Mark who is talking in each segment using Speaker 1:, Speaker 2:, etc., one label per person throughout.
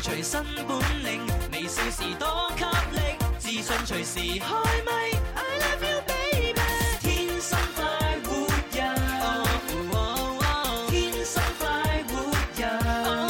Speaker 1: 本領，微笑時多給力，自信隨時開咪。I love you baby，天生快活人，哦哦天生快活人，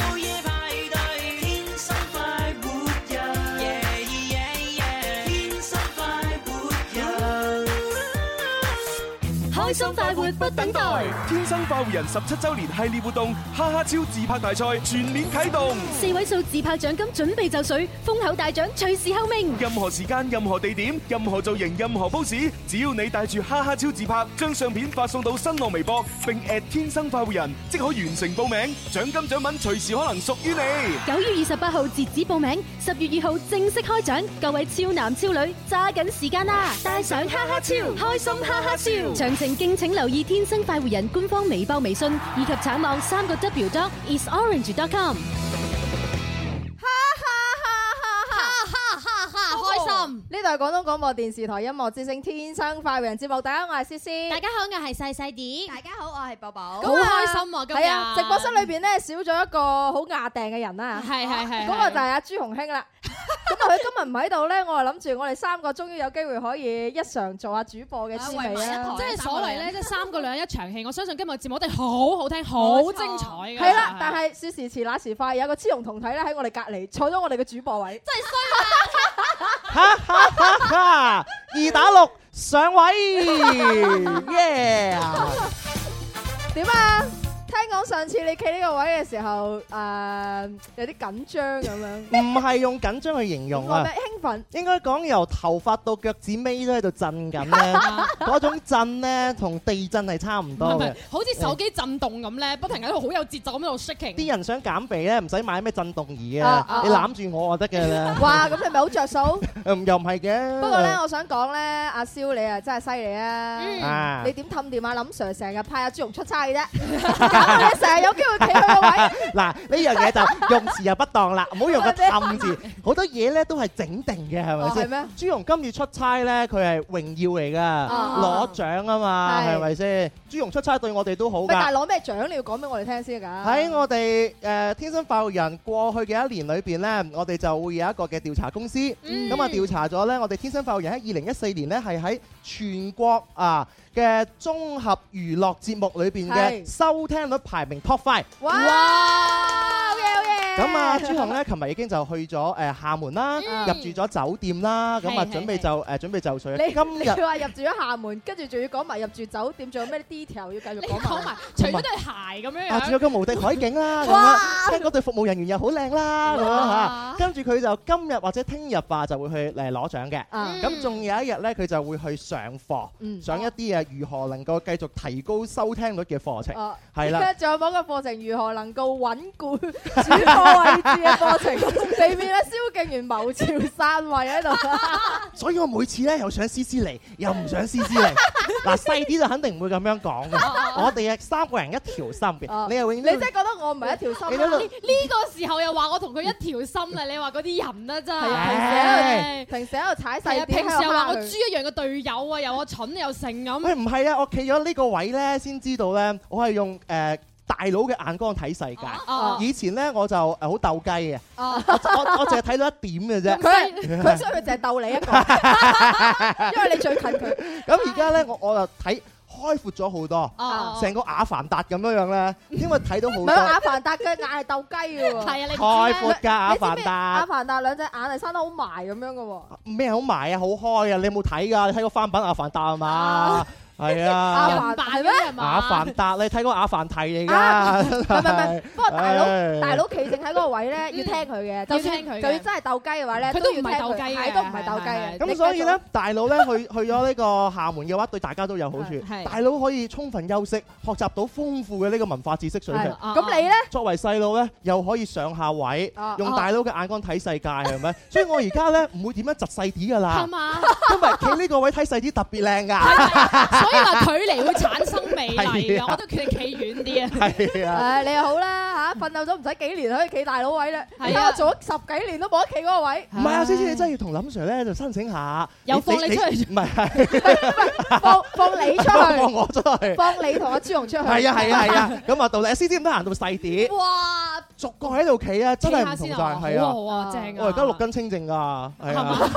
Speaker 1: Oh, 午夜派對，天生快活人，yeah yeah yeah，天生快活人。
Speaker 2: 开心快活不等待，
Speaker 3: 天生快活人十七周年系列活动，哈哈超自拍大賽全面啟動。
Speaker 2: 四位數自拍獎金準備就緒，封口大獎隨時候命。
Speaker 3: 任何時間、任何地點、任何造型、任何 pose，只要你帶住哈哈超自拍，將相片發送到新浪微博，並 at 天生快活人，即可完成報名，獎金獎品隨時可能屬於你。
Speaker 2: 九月二十八號截止報名，十月二號正式開獎，各位超男超女揸緊時間啦！帶上哈哈超，開心哈哈笑。詳情敬請留意《天生快活人》官方微博、微信以及橙網三個 W dot isorange.com。
Speaker 4: 哈哈哈哈，開心。
Speaker 5: 哦
Speaker 6: 呢度係廣東廣播電視台音樂之聲《天生快活人》節目，大家好，我係思思。
Speaker 4: 大家好，我係細細啲。
Speaker 6: 好
Speaker 4: 好開心啊，今日。
Speaker 6: 係啊，直播室裏邊咧少咗一個好亞定嘅人啦。
Speaker 4: 係，係，係，
Speaker 6: 嗰個就係阿朱紅兄啦。咁啊，佢今日唔喺度咧，我就諗住我哋三個終於有機會可以一嘗做下主播嘅滋
Speaker 5: 啊
Speaker 6: 味啊
Speaker 4: 啊
Speaker 6: 啦。
Speaker 4: 係。即係所謂呢，即係三個兩一場戲，我相信今日節目一定好好聽，好精彩㗎。
Speaker 6: 係啦，但係説時遲那時快，有個雌雄同體咧喺我哋隔離坐咗我哋嘅主播位。
Speaker 7: 哈哈哈哈！二打六上位，耶！
Speaker 6: 點啊？聽講上次你企呢個位嘅時候，誒有啲緊張咁樣，
Speaker 7: 唔係用緊張去形容
Speaker 6: 我
Speaker 7: 啊
Speaker 6: 咪，興奮。
Speaker 7: 應該講由頭髮到腳趾尾都喺度震緊咧，嗰種震咧同地震係差唔多嘅。
Speaker 5: 係咪？好似手機震動咁呢，不停喺度好有節奏咁喺度shaking。
Speaker 7: 啲人想減肥咧，唔使買咩震動儀
Speaker 6: 啊啊
Speaker 7: 啊，你攬住我就得嘅啦。
Speaker 6: 哇！咁你咪好着數。
Speaker 7: 嗯又唔係嘅。
Speaker 6: 不過咧，我想講咧，阿蕭你啊真係犀利啊！
Speaker 7: 啊
Speaker 6: 你點氹掂啊？林 Sir 成日派阿朱紅出差 嘅啫，搞到你成日有機會企佢個位。
Speaker 7: 嗱呢樣嘢就用詞又不當啦，唔好用個氹字，好多嘢咧都係整定嘅，係咪
Speaker 6: 哦係
Speaker 7: 先？
Speaker 6: 咩？
Speaker 7: 朱紅今次出差咧，佢係榮耀嚟
Speaker 6: 啊
Speaker 7: 㗎，攞獎啊嘛，
Speaker 6: 係
Speaker 7: 係咪先？朱紅出差對我哋都好
Speaker 6: 喂，但係
Speaker 7: 㗎。
Speaker 6: 攞咩獎你要講俾我哋聽先㗎。
Speaker 7: 喺我哋誒、ờ, 呃天生快活人過去嘅一年裏邊呢，我哋就會有一個嘅調查公司，咁啊、調查咗呢，我哋天生快活人喺二零一四年呢，係喺全國啊嘅綜合娛樂節目裏邊嘅
Speaker 6: 係
Speaker 7: 收聽率排名 top five。
Speaker 6: 哇！好嘢好嘢。
Speaker 7: 咁 啊，朱紅咧，琴日已經就去咗誒廈門啦，
Speaker 6: 嗯
Speaker 7: 入住咗酒店啦，咁啊
Speaker 5: 係係
Speaker 7: 準備就誒準備就緒啦。
Speaker 6: 你
Speaker 7: 今
Speaker 6: 你
Speaker 7: 日
Speaker 6: 話啊入住咗廈門，跟住仲要講埋入住酒店，仲有咩 detail 要繼續講埋？
Speaker 5: 你講埋，除咗對鞋咁樣樣，
Speaker 7: 啊，仲有個無敵海景 啦，咁啊
Speaker 6: 哇
Speaker 7: 樣聽講對服務人員又好靚啦，咁樣嚇。跟住佢就今日或者聽日吧，就會去誒攞獎嘅。
Speaker 6: 啊，
Speaker 7: 咁仲有一日咧，佢就會去上課，
Speaker 6: 嗯
Speaker 7: 上一啲誒如何能夠繼續提高收聽率嘅課程。
Speaker 6: 哦，
Speaker 7: 係啦，
Speaker 6: 仲有冇一個課程如何能夠穩固主播位置嘅課程， 避免咧蕭敬元謀朝散位喺度。
Speaker 7: 所以我每次咧又想思思嚟，又唔想思思嚟。 嗱細啲就肯定唔會咁樣講嘅，我哋係啊三個人一條心
Speaker 6: 哦
Speaker 7: 嘅，你又
Speaker 6: 你
Speaker 7: 永遠都
Speaker 6: 真係覺得我唔係一條
Speaker 7: 你
Speaker 6: 心
Speaker 7: 喺
Speaker 6: 啦
Speaker 7: 度。
Speaker 5: 呢個時候又話我同佢一條心啦，你話嗰啲人啊，真係。
Speaker 6: 係啊，平時喺度-平時喺度踩
Speaker 5: 係啊，
Speaker 6: 細啲，喺度蝦佢
Speaker 5: 平時又話我豬一樣嘅隊友啊，又我蠢又成咁。
Speaker 7: 喂，唔係啊！我企咗呢個位咧，先知道咧，我係用誒、呃大佬嘅眼光睇世界。
Speaker 5: 哦，哦，哦。
Speaker 7: 以前咧我就誒好鬥雞嘅，我我我淨係睇到一點嘅啫。
Speaker 6: 佢佢哦所以佢淨係鬥你一個，因為你最近佢。
Speaker 7: 咁而家咧我我就睇開闊咗好多，
Speaker 5: 哦，哦，哦。
Speaker 7: 成個雅凡達咁樣樣咧，因為睇到好
Speaker 6: 唔係阿
Speaker 7: 多
Speaker 6: 凡達嘅眼係鬥雞嘅喎。
Speaker 5: 係啊，你知
Speaker 7: 開
Speaker 5: 咩？
Speaker 7: 闊㗎雅
Speaker 6: 你知唔
Speaker 7: 凡
Speaker 6: 知阿
Speaker 7: 達。
Speaker 6: 凡達兩隻眼係生得好埋咁樣嘅喎。
Speaker 7: 咩好埋啊？好開啊！你有冇睇㗎？你睇過翻版《雅凡達》係嘛？係
Speaker 6: 哦阿
Speaker 7: 啊，
Speaker 6: 凡
Speaker 5: 扮
Speaker 6: 係
Speaker 5: 嗰
Speaker 6: 咩？
Speaker 5: 啲係嘛？
Speaker 7: 雅凡達你睇過《雅凡提》嚟
Speaker 6: 啊
Speaker 7: 㗎？唔
Speaker 6: 係唔係唔係不過大佬
Speaker 7: 唉
Speaker 6: 大佬企正喺嗰個位嗯咧，要聽佢嘅，就算
Speaker 5: 要聽佢嘅
Speaker 6: 就算真係鬥雞嘅話咧，
Speaker 5: 佢都
Speaker 6: 都要
Speaker 5: 唔係
Speaker 6: 聽
Speaker 5: 鬥雞嘅
Speaker 6: 係都唔係鬥雞
Speaker 5: 係係
Speaker 6: 嘅。
Speaker 7: 咁
Speaker 6: 你
Speaker 7: 所以
Speaker 6: 繼
Speaker 7: 咧
Speaker 6: 續，
Speaker 7: 大佬咧去 去咗呢個廈門嘅話，對大家都有好處。
Speaker 5: 係
Speaker 7: 大佬可以充分休息，學習到豐富嘅呢個文化知識水平
Speaker 6: 係。
Speaker 5: 啊
Speaker 6: 咁你咧？
Speaker 7: 作為細路咧，又可以上下位
Speaker 6: 啊，
Speaker 7: 用大佬嘅眼光睇世界，係咪？ 所以我而家咧唔會點樣窒細啲噶
Speaker 5: 係
Speaker 7: 啦，
Speaker 5: 嘛？
Speaker 7: 因為企呢個位睇細啲特別靚㗎。
Speaker 6: 啊
Speaker 5: 所以話距離會產生美麗
Speaker 7: 係
Speaker 5: 㗎，
Speaker 7: 啊
Speaker 5: 我都決定企遠啲啊。
Speaker 7: 係啊，
Speaker 6: 誒，你又好啦吓，奮鬥咗唔使幾年可以企大佬位咧，
Speaker 5: 係啊
Speaker 6: 而家我做咗十幾年都冇得企嗰個位，
Speaker 7: 唔係啊，思思你真係要同林 Sir 咧就申請下，
Speaker 5: 又放你出去
Speaker 7: 唔係係
Speaker 6: 放放 你出
Speaker 7: 放
Speaker 6: 去，
Speaker 7: 我出去。
Speaker 6: 放你同阿朱紅出去，
Speaker 7: 係 啊係啊係啊，咁啊到底思思唔得閒到細啲，
Speaker 5: 哇，
Speaker 7: 逐個喺度企啊，真係唔同
Speaker 5: 企
Speaker 7: 晒
Speaker 5: 下先啊
Speaker 7: 係
Speaker 5: 好啊
Speaker 7: 啊！
Speaker 5: 好啊，正啊！
Speaker 7: 我而家六斤清淨㗎，係啊，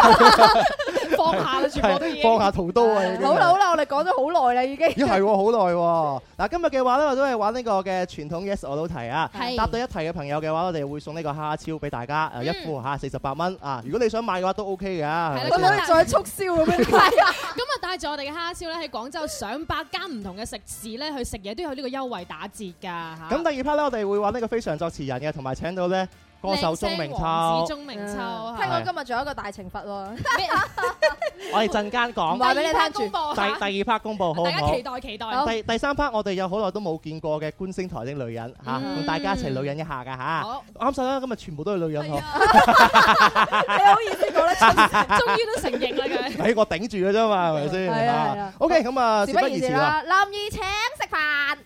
Speaker 5: 放下啦，全部都已
Speaker 7: 係
Speaker 5: 經
Speaker 7: 放下屠刀啊！已經
Speaker 6: 好啦好啦，我哋講咗好耐啦已經，
Speaker 7: 咦係喎，好耐喎！嗱，今日嘅話咧，我都係玩呢個嘅傳統 Yes 我都提啊。
Speaker 4: 係
Speaker 7: 答到一題嘅朋友嘅話，我哋會送呢個蝦超俾大家，誒一副嚇四十八蚊啊！如果你想買嘅話都 OK 嘅，係
Speaker 5: 嗯啦
Speaker 7: 咪
Speaker 5: 咁
Speaker 6: 我
Speaker 7: 先
Speaker 5: 樣
Speaker 6: 哋再促銷咁 樣，
Speaker 5: 咁啊，帶住我哋嘅蝦超咧，喺廣州上百間唔同嘅食肆咧，去食嘢都有呢個優惠打折㗎嚇。
Speaker 7: 咁第二 part 咧，我哋會玩呢個非常作詞人嘅，同埋請到咧歌手鐘明秋，我
Speaker 5: 靚聲王子鐘明
Speaker 6: Ừ.
Speaker 5: 秋嚇
Speaker 6: 聽講今日仲有一個大懲罰喎，
Speaker 7: 哋陣間
Speaker 6: 唔
Speaker 7: 講。
Speaker 6: 話俾你聽住
Speaker 5: 第二 part 公佈
Speaker 7: 第
Speaker 5: 嚇
Speaker 7: 第二 part 公佈好唔
Speaker 5: 大家
Speaker 7: 好
Speaker 5: 期？待期待。
Speaker 6: 好
Speaker 7: 第第三 part 我哋有好耐都冇見過嘅觀星台的女人嚇，
Speaker 5: 嗯
Speaker 7: 同大家一齊女人一下㗎嚇。
Speaker 5: 好，
Speaker 7: 啱晒啦，今日全部都係女人呵。
Speaker 6: 你好意思講 得出？
Speaker 7: À,
Speaker 5: 終於都承認啦佢。
Speaker 7: 睇我頂住嘅啫嘛，係咪先？
Speaker 6: 係啊係啊
Speaker 7: O K，咁啊，
Speaker 6: 事
Speaker 7: 事
Speaker 6: 不
Speaker 7: 不
Speaker 6: 宜
Speaker 7: 宜
Speaker 6: 遲
Speaker 7: 遲啦。
Speaker 6: 啦，林怡請食飯。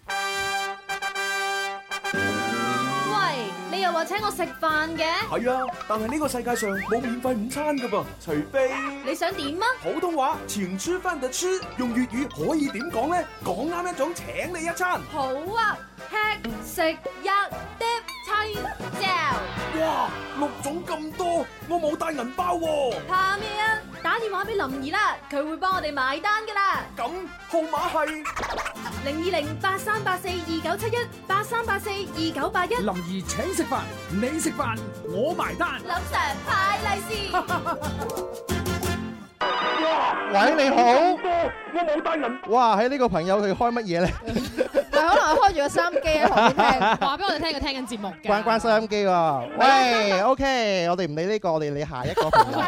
Speaker 2: 喂，你又話請我食飯嘅，
Speaker 3: 係啊，但係呢個世界上冇免費午餐噶噃，除非
Speaker 2: 你想點啊？
Speaker 3: 普通話前出翻就出，用粵語可以點講呢？講啱一種請你一餐，
Speaker 2: 好啊，吃食一碟青椒，
Speaker 3: 哇，六種咁多，我冇帶銀包喎、
Speaker 2: 怕咩啊？打電話俾林兒啦，佢會幫我哋埋單噶啦。
Speaker 3: 咁號碼係
Speaker 2: 零二零八三八四二九七一八三八四二九八一，林
Speaker 8: 林兒請食飯，你食飯我埋單。
Speaker 2: Sir 派利是。
Speaker 7: 喂，你好。我冇帶銀。哇！喺呢個朋友佢開乜嘢咧？
Speaker 6: 但可能係開住個收音機喺旁邊聽。
Speaker 5: 話俾我哋聽，佢聽緊節目嘅。
Speaker 7: 關關收音機喎。喂，OK，我哋唔理呢個，我哋理下一個朋 友。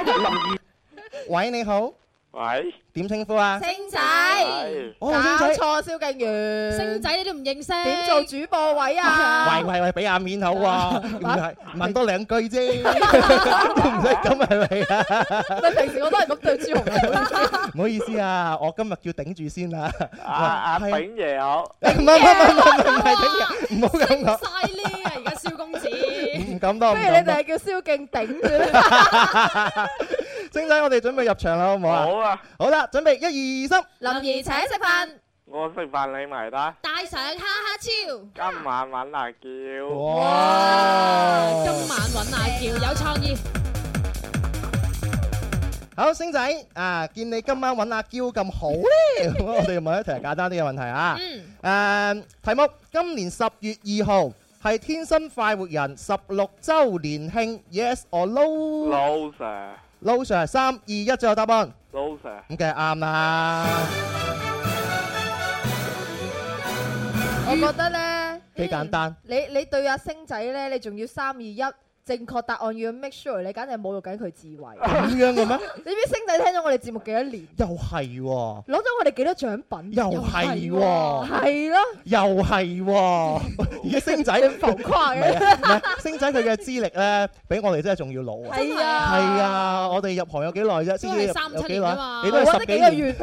Speaker 7: 喂，你好，
Speaker 9: 喂，
Speaker 7: 點稱呼啊？
Speaker 6: 星仔，
Speaker 9: 係
Speaker 6: 搞
Speaker 7: 我星仔。
Speaker 6: 錯蕭敬元，
Speaker 5: 星仔你都唔認識，
Speaker 6: 點做主播位 啊？
Speaker 7: 喂喂喂，俾下面好喎，唔係問多兩句啫，都唔使咁係咪啊？
Speaker 6: 咪平時我都係咁對朱紅嘅，
Speaker 7: 唔好意思啊，我今日叫頂住先啦。
Speaker 9: 阿阿炳
Speaker 7: 係啊
Speaker 9: 爺好，
Speaker 7: 唔係唔係唔係唔係頂住，唔好咁講，
Speaker 5: 晒呢啊！而家蕭公子，
Speaker 7: 唔敢當。
Speaker 6: 不
Speaker 7: 唔
Speaker 6: 如
Speaker 7: 敢
Speaker 6: 你
Speaker 7: 當
Speaker 6: 哋係叫蕭敬頂嘅。
Speaker 7: 星仔，我哋準備入場啦，好唔好啊？
Speaker 9: 好啊，
Speaker 7: 好啦，準備一二三，
Speaker 6: 林怡請食飯，
Speaker 9: 我食飯你埋單，
Speaker 5: 帶上哈哈超。
Speaker 9: 今晚玩辣椒，
Speaker 7: 哇！
Speaker 5: 今晚揾阿喬有創意，
Speaker 7: 好，星仔啊，見你今晚揾阿嬌咁好咧，咁我哋問一題簡單啲嘅問題啊。
Speaker 5: 嗯，
Speaker 7: 誒，題目：今年十月二號係天生快活人十六週年慶，Yes or No？
Speaker 9: 老 Sir，
Speaker 7: 老 Sir，三二一，最後答案，
Speaker 9: 老 Sir，
Speaker 7: 咁梗係啱啦，
Speaker 6: 我覺得咧，
Speaker 7: 幾簡單。
Speaker 6: 你你對阿星仔咧，你仲要三二一。正確答案要 make sure，你簡直係侮辱緊佢智慧。
Speaker 7: 咁樣嘅咩？
Speaker 6: 你知唔知星仔聽咗我哋節目幾多年，
Speaker 7: 又係喎，
Speaker 6: 攞咗我哋幾多獎品？
Speaker 7: 又係喎。
Speaker 6: 係咯，
Speaker 7: 又係喎，而家星仔
Speaker 6: 浮誇
Speaker 7: 唔係
Speaker 6: 嘅。
Speaker 7: 啊，唔係星仔佢嘅資歷咧，比我哋真係仲要老啊！
Speaker 6: 係啊，
Speaker 7: 係啊，我哋入行有幾耐啫？先至
Speaker 5: 都係三
Speaker 7: 有
Speaker 5: 七
Speaker 7: 幾
Speaker 5: 年
Speaker 7: 耐
Speaker 5: 啊嘛？
Speaker 7: 你都
Speaker 6: 我
Speaker 7: 係
Speaker 6: 覺
Speaker 7: 十
Speaker 6: 得
Speaker 7: 幾
Speaker 6: 幾個
Speaker 7: 年
Speaker 6: 月。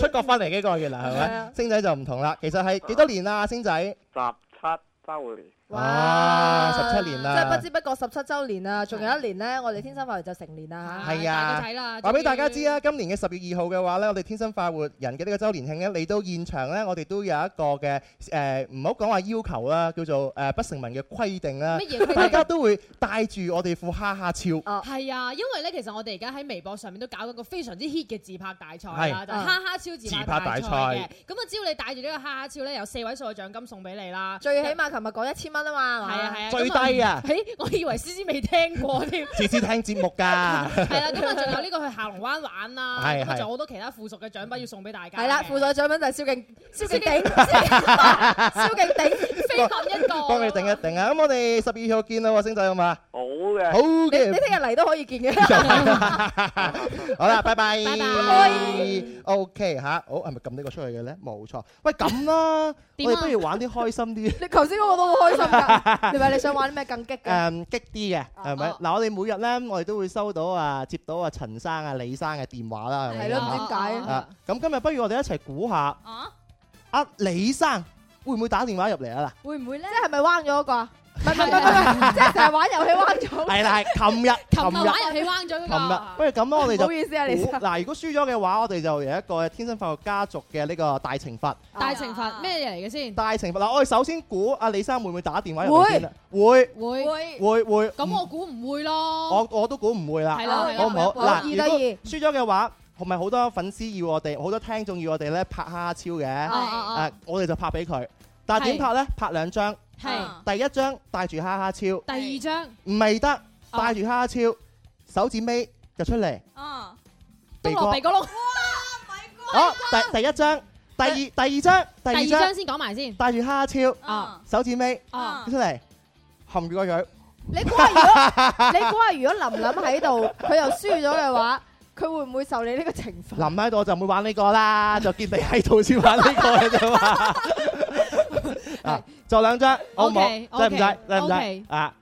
Speaker 7: 出國翻嚟幾個月啦，係
Speaker 6: 係
Speaker 7: 咪
Speaker 6: 啊？
Speaker 7: 星仔就唔同啦，其實係幾多年啦，星仔？
Speaker 9: 十七周年，
Speaker 7: 哇，十七年
Speaker 6: 即係
Speaker 7: 啦
Speaker 6: 不！知不覺十七週年啦，仲有一年咧，我哋天生快活就成年啦
Speaker 7: 係啊
Speaker 5: 大個仔啦，
Speaker 7: 話俾大家
Speaker 5: 終於
Speaker 7: 知，啊，今年嘅十月二號嘅話呢，我哋天生快活人嘅呢個週年慶呢，嚟到現場呢，我哋都有一個嘅誒，唔好講話要求啦，叫做誒不成文嘅規定啦
Speaker 5: 乜，嘢
Speaker 7: 大
Speaker 5: 佢
Speaker 7: 家
Speaker 5: 哋？
Speaker 7: 都會帶住我哋副哈哈超。
Speaker 5: 係啊，因為咧，其實我哋而家喺微博上面都搞咗個非常之 hit 嘅自拍大賽啦，
Speaker 7: 係哦
Speaker 5: 就係哈哈超自拍大
Speaker 7: 自
Speaker 5: 賽
Speaker 7: 拍大賽
Speaker 5: 嘅。咁啊，只要你帶住呢個哈哈超咧，有四位數嘅獎金送俾你啦。
Speaker 6: 最起碼琴日講一千蚊啊嘛，係嘛
Speaker 5: 係啊係啊，
Speaker 7: 最
Speaker 5: 咁啊
Speaker 7: 低 啊！
Speaker 5: 誒，我以為思思未聽過 添。
Speaker 7: 次次聽節目㗎。
Speaker 5: 係 啦，咁啊，仲有呢個去下龍灣玩啦，
Speaker 7: 係
Speaker 5: 咁啊，
Speaker 7: 係
Speaker 5: 仲有好多其他附屬嘅獎品要送俾大家嘅。
Speaker 6: 係啦，副隊獎品就係蕭敬蕭 敬鼎，蕭敬鼎。
Speaker 5: 飛鴿一個。
Speaker 7: 幫你定一定啊！咁我哋十二號見啦喎，星仔好嘛？
Speaker 9: 好
Speaker 7: 好
Speaker 9: 嘅，
Speaker 6: 你你
Speaker 7: 嘅，
Speaker 6: 聽日嚟都可以見
Speaker 7: Dạ.
Speaker 6: 嘅，
Speaker 7: 好啦，拜拜。
Speaker 5: 拜拜
Speaker 7: OK à, 吓，好係咪撳呢個出去嘅咧？冇錯。喂，咁啦，
Speaker 5: 點啊
Speaker 7: 我哋不如玩啲開心啲。
Speaker 6: 你頭先嗰個都好 開心㗎。你話你想玩啲咩更激嘅？
Speaker 7: 誒激啲嘅係咪？
Speaker 5: 哦
Speaker 7: 嗱，我哋每日咧，我哋都會收到啊，接到啊陳生啊、李生嘅電話啦，係咪 ờ.
Speaker 6: 係咯，唔知點解
Speaker 5: 啊
Speaker 7: 啊？咁今日不如我哋一齊估下
Speaker 5: 啊
Speaker 7: 啊，李生會唔會打電話入嚟啊？
Speaker 6: 會唔會咧？即係咪彎咗 嗰個啊？唔係唔係唔係唔係，即係成日玩遊戲彎咗。
Speaker 7: 嗱， 係啦，係琴日，
Speaker 5: 琴
Speaker 7: 琴
Speaker 5: 日
Speaker 7: 日，
Speaker 5: 玩遊戲彎咗嗰
Speaker 7: 琴日
Speaker 5: 個，。
Speaker 7: 不如咁啦，我哋
Speaker 6: 唔
Speaker 7: 就
Speaker 6: 好意思啊，你
Speaker 7: 估嗱，如果輸咗嘅話，我哋就有一個天生發育家族嘅呢個大懲罰。
Speaker 5: 大懲罰咩嚟嘅先？
Speaker 7: 大懲罰嗱，我哋首先估阿李生會唔會打電話入嚟
Speaker 6: 會
Speaker 7: 先啦？會
Speaker 5: 會
Speaker 6: 會
Speaker 7: 會會。
Speaker 5: 咁我估唔
Speaker 7: 我
Speaker 5: 會咯。
Speaker 7: 我都估唔會啦
Speaker 5: 係。啦係啦
Speaker 7: 好唔好？
Speaker 6: 好
Speaker 7: 嗱，
Speaker 6: 二
Speaker 7: 如
Speaker 6: 得
Speaker 7: 果
Speaker 6: 二
Speaker 7: 輸咗嘅話，同埋好多粉絲要我哋，好多聽眾要我哋咧拍蝦超嘅。
Speaker 5: 啊啊
Speaker 7: 誒
Speaker 5: 啊，
Speaker 7: 我哋就拍俾佢。但係點拍咧？拍兩張，
Speaker 5: 係
Speaker 7: 第一張帶住哈哈超，唔
Speaker 5: 第二哦張
Speaker 7: 係得帶住哈哈超，手指尾就出嚟，
Speaker 6: 啊，
Speaker 5: 都
Speaker 7: 鼻哥
Speaker 5: 落鼻哥窿。
Speaker 7: 好，第第一張，第二第二張，第
Speaker 5: 第
Speaker 7: 二
Speaker 5: 二
Speaker 7: 張
Speaker 5: 張先講埋先。
Speaker 7: 帶住哈哈超，
Speaker 5: 啊
Speaker 7: 手指尾
Speaker 5: 啊！
Speaker 7: 出嚟，含住個嘴，
Speaker 6: 你估下如果 你估下如果林林喺度，佢又輸咗嘅話，佢會唔會受你呢個懲罰？
Speaker 7: 臨喺度我就唔會玩呢個 啦，就見你喺度先玩呢個嘅啫嘛。啊，就兩張，好唔好？
Speaker 5: OK，OK，
Speaker 7: 得唔得？得唔
Speaker 5: OK
Speaker 7: 得？啊，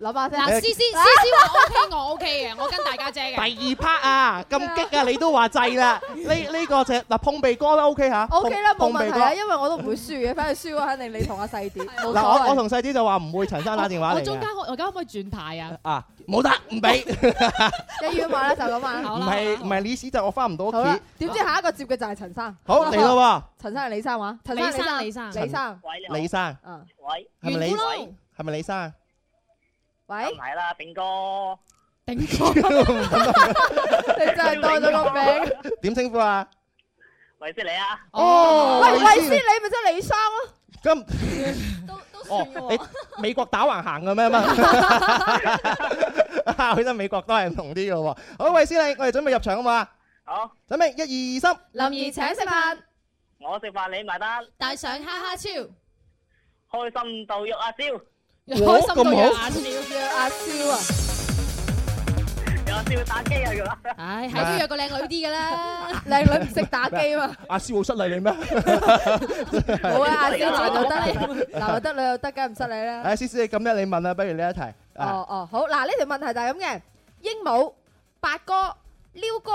Speaker 6: 諗下先。
Speaker 5: 嗱，思思思 思話 OK，我 OK 嘅，我跟大家姐
Speaker 7: 第
Speaker 5: 嘅。
Speaker 7: 二 part 啊，咁激 啊，你都話滯啦。呢呢個就嗱碰鼻哥都 OK 嚇。
Speaker 6: O K 啦，冇
Speaker 7: 碰碰
Speaker 6: 問
Speaker 7: 鼻
Speaker 6: 題
Speaker 7: 哥
Speaker 6: 啊，因為我都唔會輸嘅，反正輸嘅肯定你同阿細啲，冇所
Speaker 7: 嗱，我我
Speaker 6: 謂。
Speaker 7: 同細啲就話唔會陳生打電話
Speaker 5: 我
Speaker 7: 嚟
Speaker 5: 中間
Speaker 7: 嘅。
Speaker 5: 可我而家可唔可以轉牌啊？
Speaker 7: 啊，冇得，唔 俾，唔
Speaker 6: 一於玩啦，就咁玩啦。
Speaker 5: 好啦，
Speaker 7: 係唔
Speaker 5: 好啦
Speaker 7: 係李史就我翻唔到屋
Speaker 6: 好啦
Speaker 7: 企。，
Speaker 6: 點知下一個接嘅就係陳生。
Speaker 7: 好嚟咯
Speaker 6: 陳生係李生話，陳
Speaker 5: 李生
Speaker 6: 生
Speaker 5: 李
Speaker 6: 李
Speaker 5: 生
Speaker 6: 李生，
Speaker 1: 喂，
Speaker 7: 喎，李生
Speaker 6: 嗯，
Speaker 1: 喂，
Speaker 7: 係咪
Speaker 5: 圓
Speaker 7: 李
Speaker 5: 咕窿
Speaker 7: 係咪李生？啊
Speaker 6: 喂，
Speaker 1: 係啦，炳哥，
Speaker 5: 頂住。
Speaker 6: 你真係當咗個名。
Speaker 7: 點稱呼啊？
Speaker 1: 喂，識你啊，
Speaker 7: 哦，
Speaker 6: 喂喂，先
Speaker 7: 先
Speaker 6: 你咪即係李生咯，
Speaker 7: 咁。
Speaker 6: 都
Speaker 7: 哦，你美國打橫行嘅咩 嘛？去得美國都係唔同啲嘅喎。好，喂，師你，我哋準備入場啊嘛。
Speaker 1: 好，
Speaker 7: 準備一二三，
Speaker 6: 林怡請食飯，
Speaker 1: 我食飯你埋單，
Speaker 5: 帶上哈哈超，開
Speaker 1: 開心到肉阿燒，肉
Speaker 5: 心到
Speaker 7: 咁
Speaker 5: 牙
Speaker 7: 好
Speaker 5: 笑。
Speaker 6: 約阿蕭啊，
Speaker 1: 阿燒打機啊，肉啊，
Speaker 5: 唉，係都約個靚女啲㗎啦。
Speaker 6: 靚女 唔識
Speaker 7: Dạ.
Speaker 6: 打機嘛，
Speaker 7: 阿師會失禮你咩？
Speaker 6: 冇啊，阿蕭男又 得你，男又得女又得，梗係唔失禮啦。
Speaker 7: 誒，師師你咁一你問啦，不如呢一題。啊，
Speaker 6: 哦哦，好嗱，呢條問題就係咁嘅，鸚鵡、八哥、鷯哥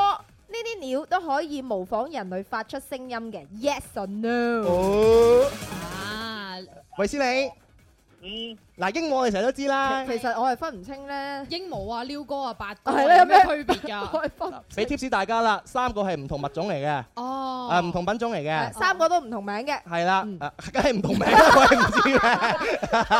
Speaker 6: 呢啲鳥都可以模仿人類發出聲音嘅，yes or no？
Speaker 7: 好，
Speaker 5: 啊，
Speaker 7: 喂，師你，
Speaker 1: 嗯，
Speaker 7: 嗱，英我哋成日都知啦，
Speaker 6: 其實我係分唔清咧，
Speaker 5: 鸚鵡啊，鷯哥啊，八 哥啊
Speaker 6: 係啦
Speaker 5: 有咩
Speaker 6: 咩
Speaker 5: 區別
Speaker 6: 我
Speaker 5: 㗎？
Speaker 6: 係分唔
Speaker 7: 俾
Speaker 6: 清，
Speaker 7: 貼士大家啦，三個係唔同物種嚟嘅，
Speaker 5: 哦，
Speaker 7: 啊，唔同品種嚟嘅。
Speaker 6: 三個都唔同名嘅。
Speaker 7: 係啦，
Speaker 6: 嗯
Speaker 7: 啊梗係唔同名啦， 我係唔 知嘅，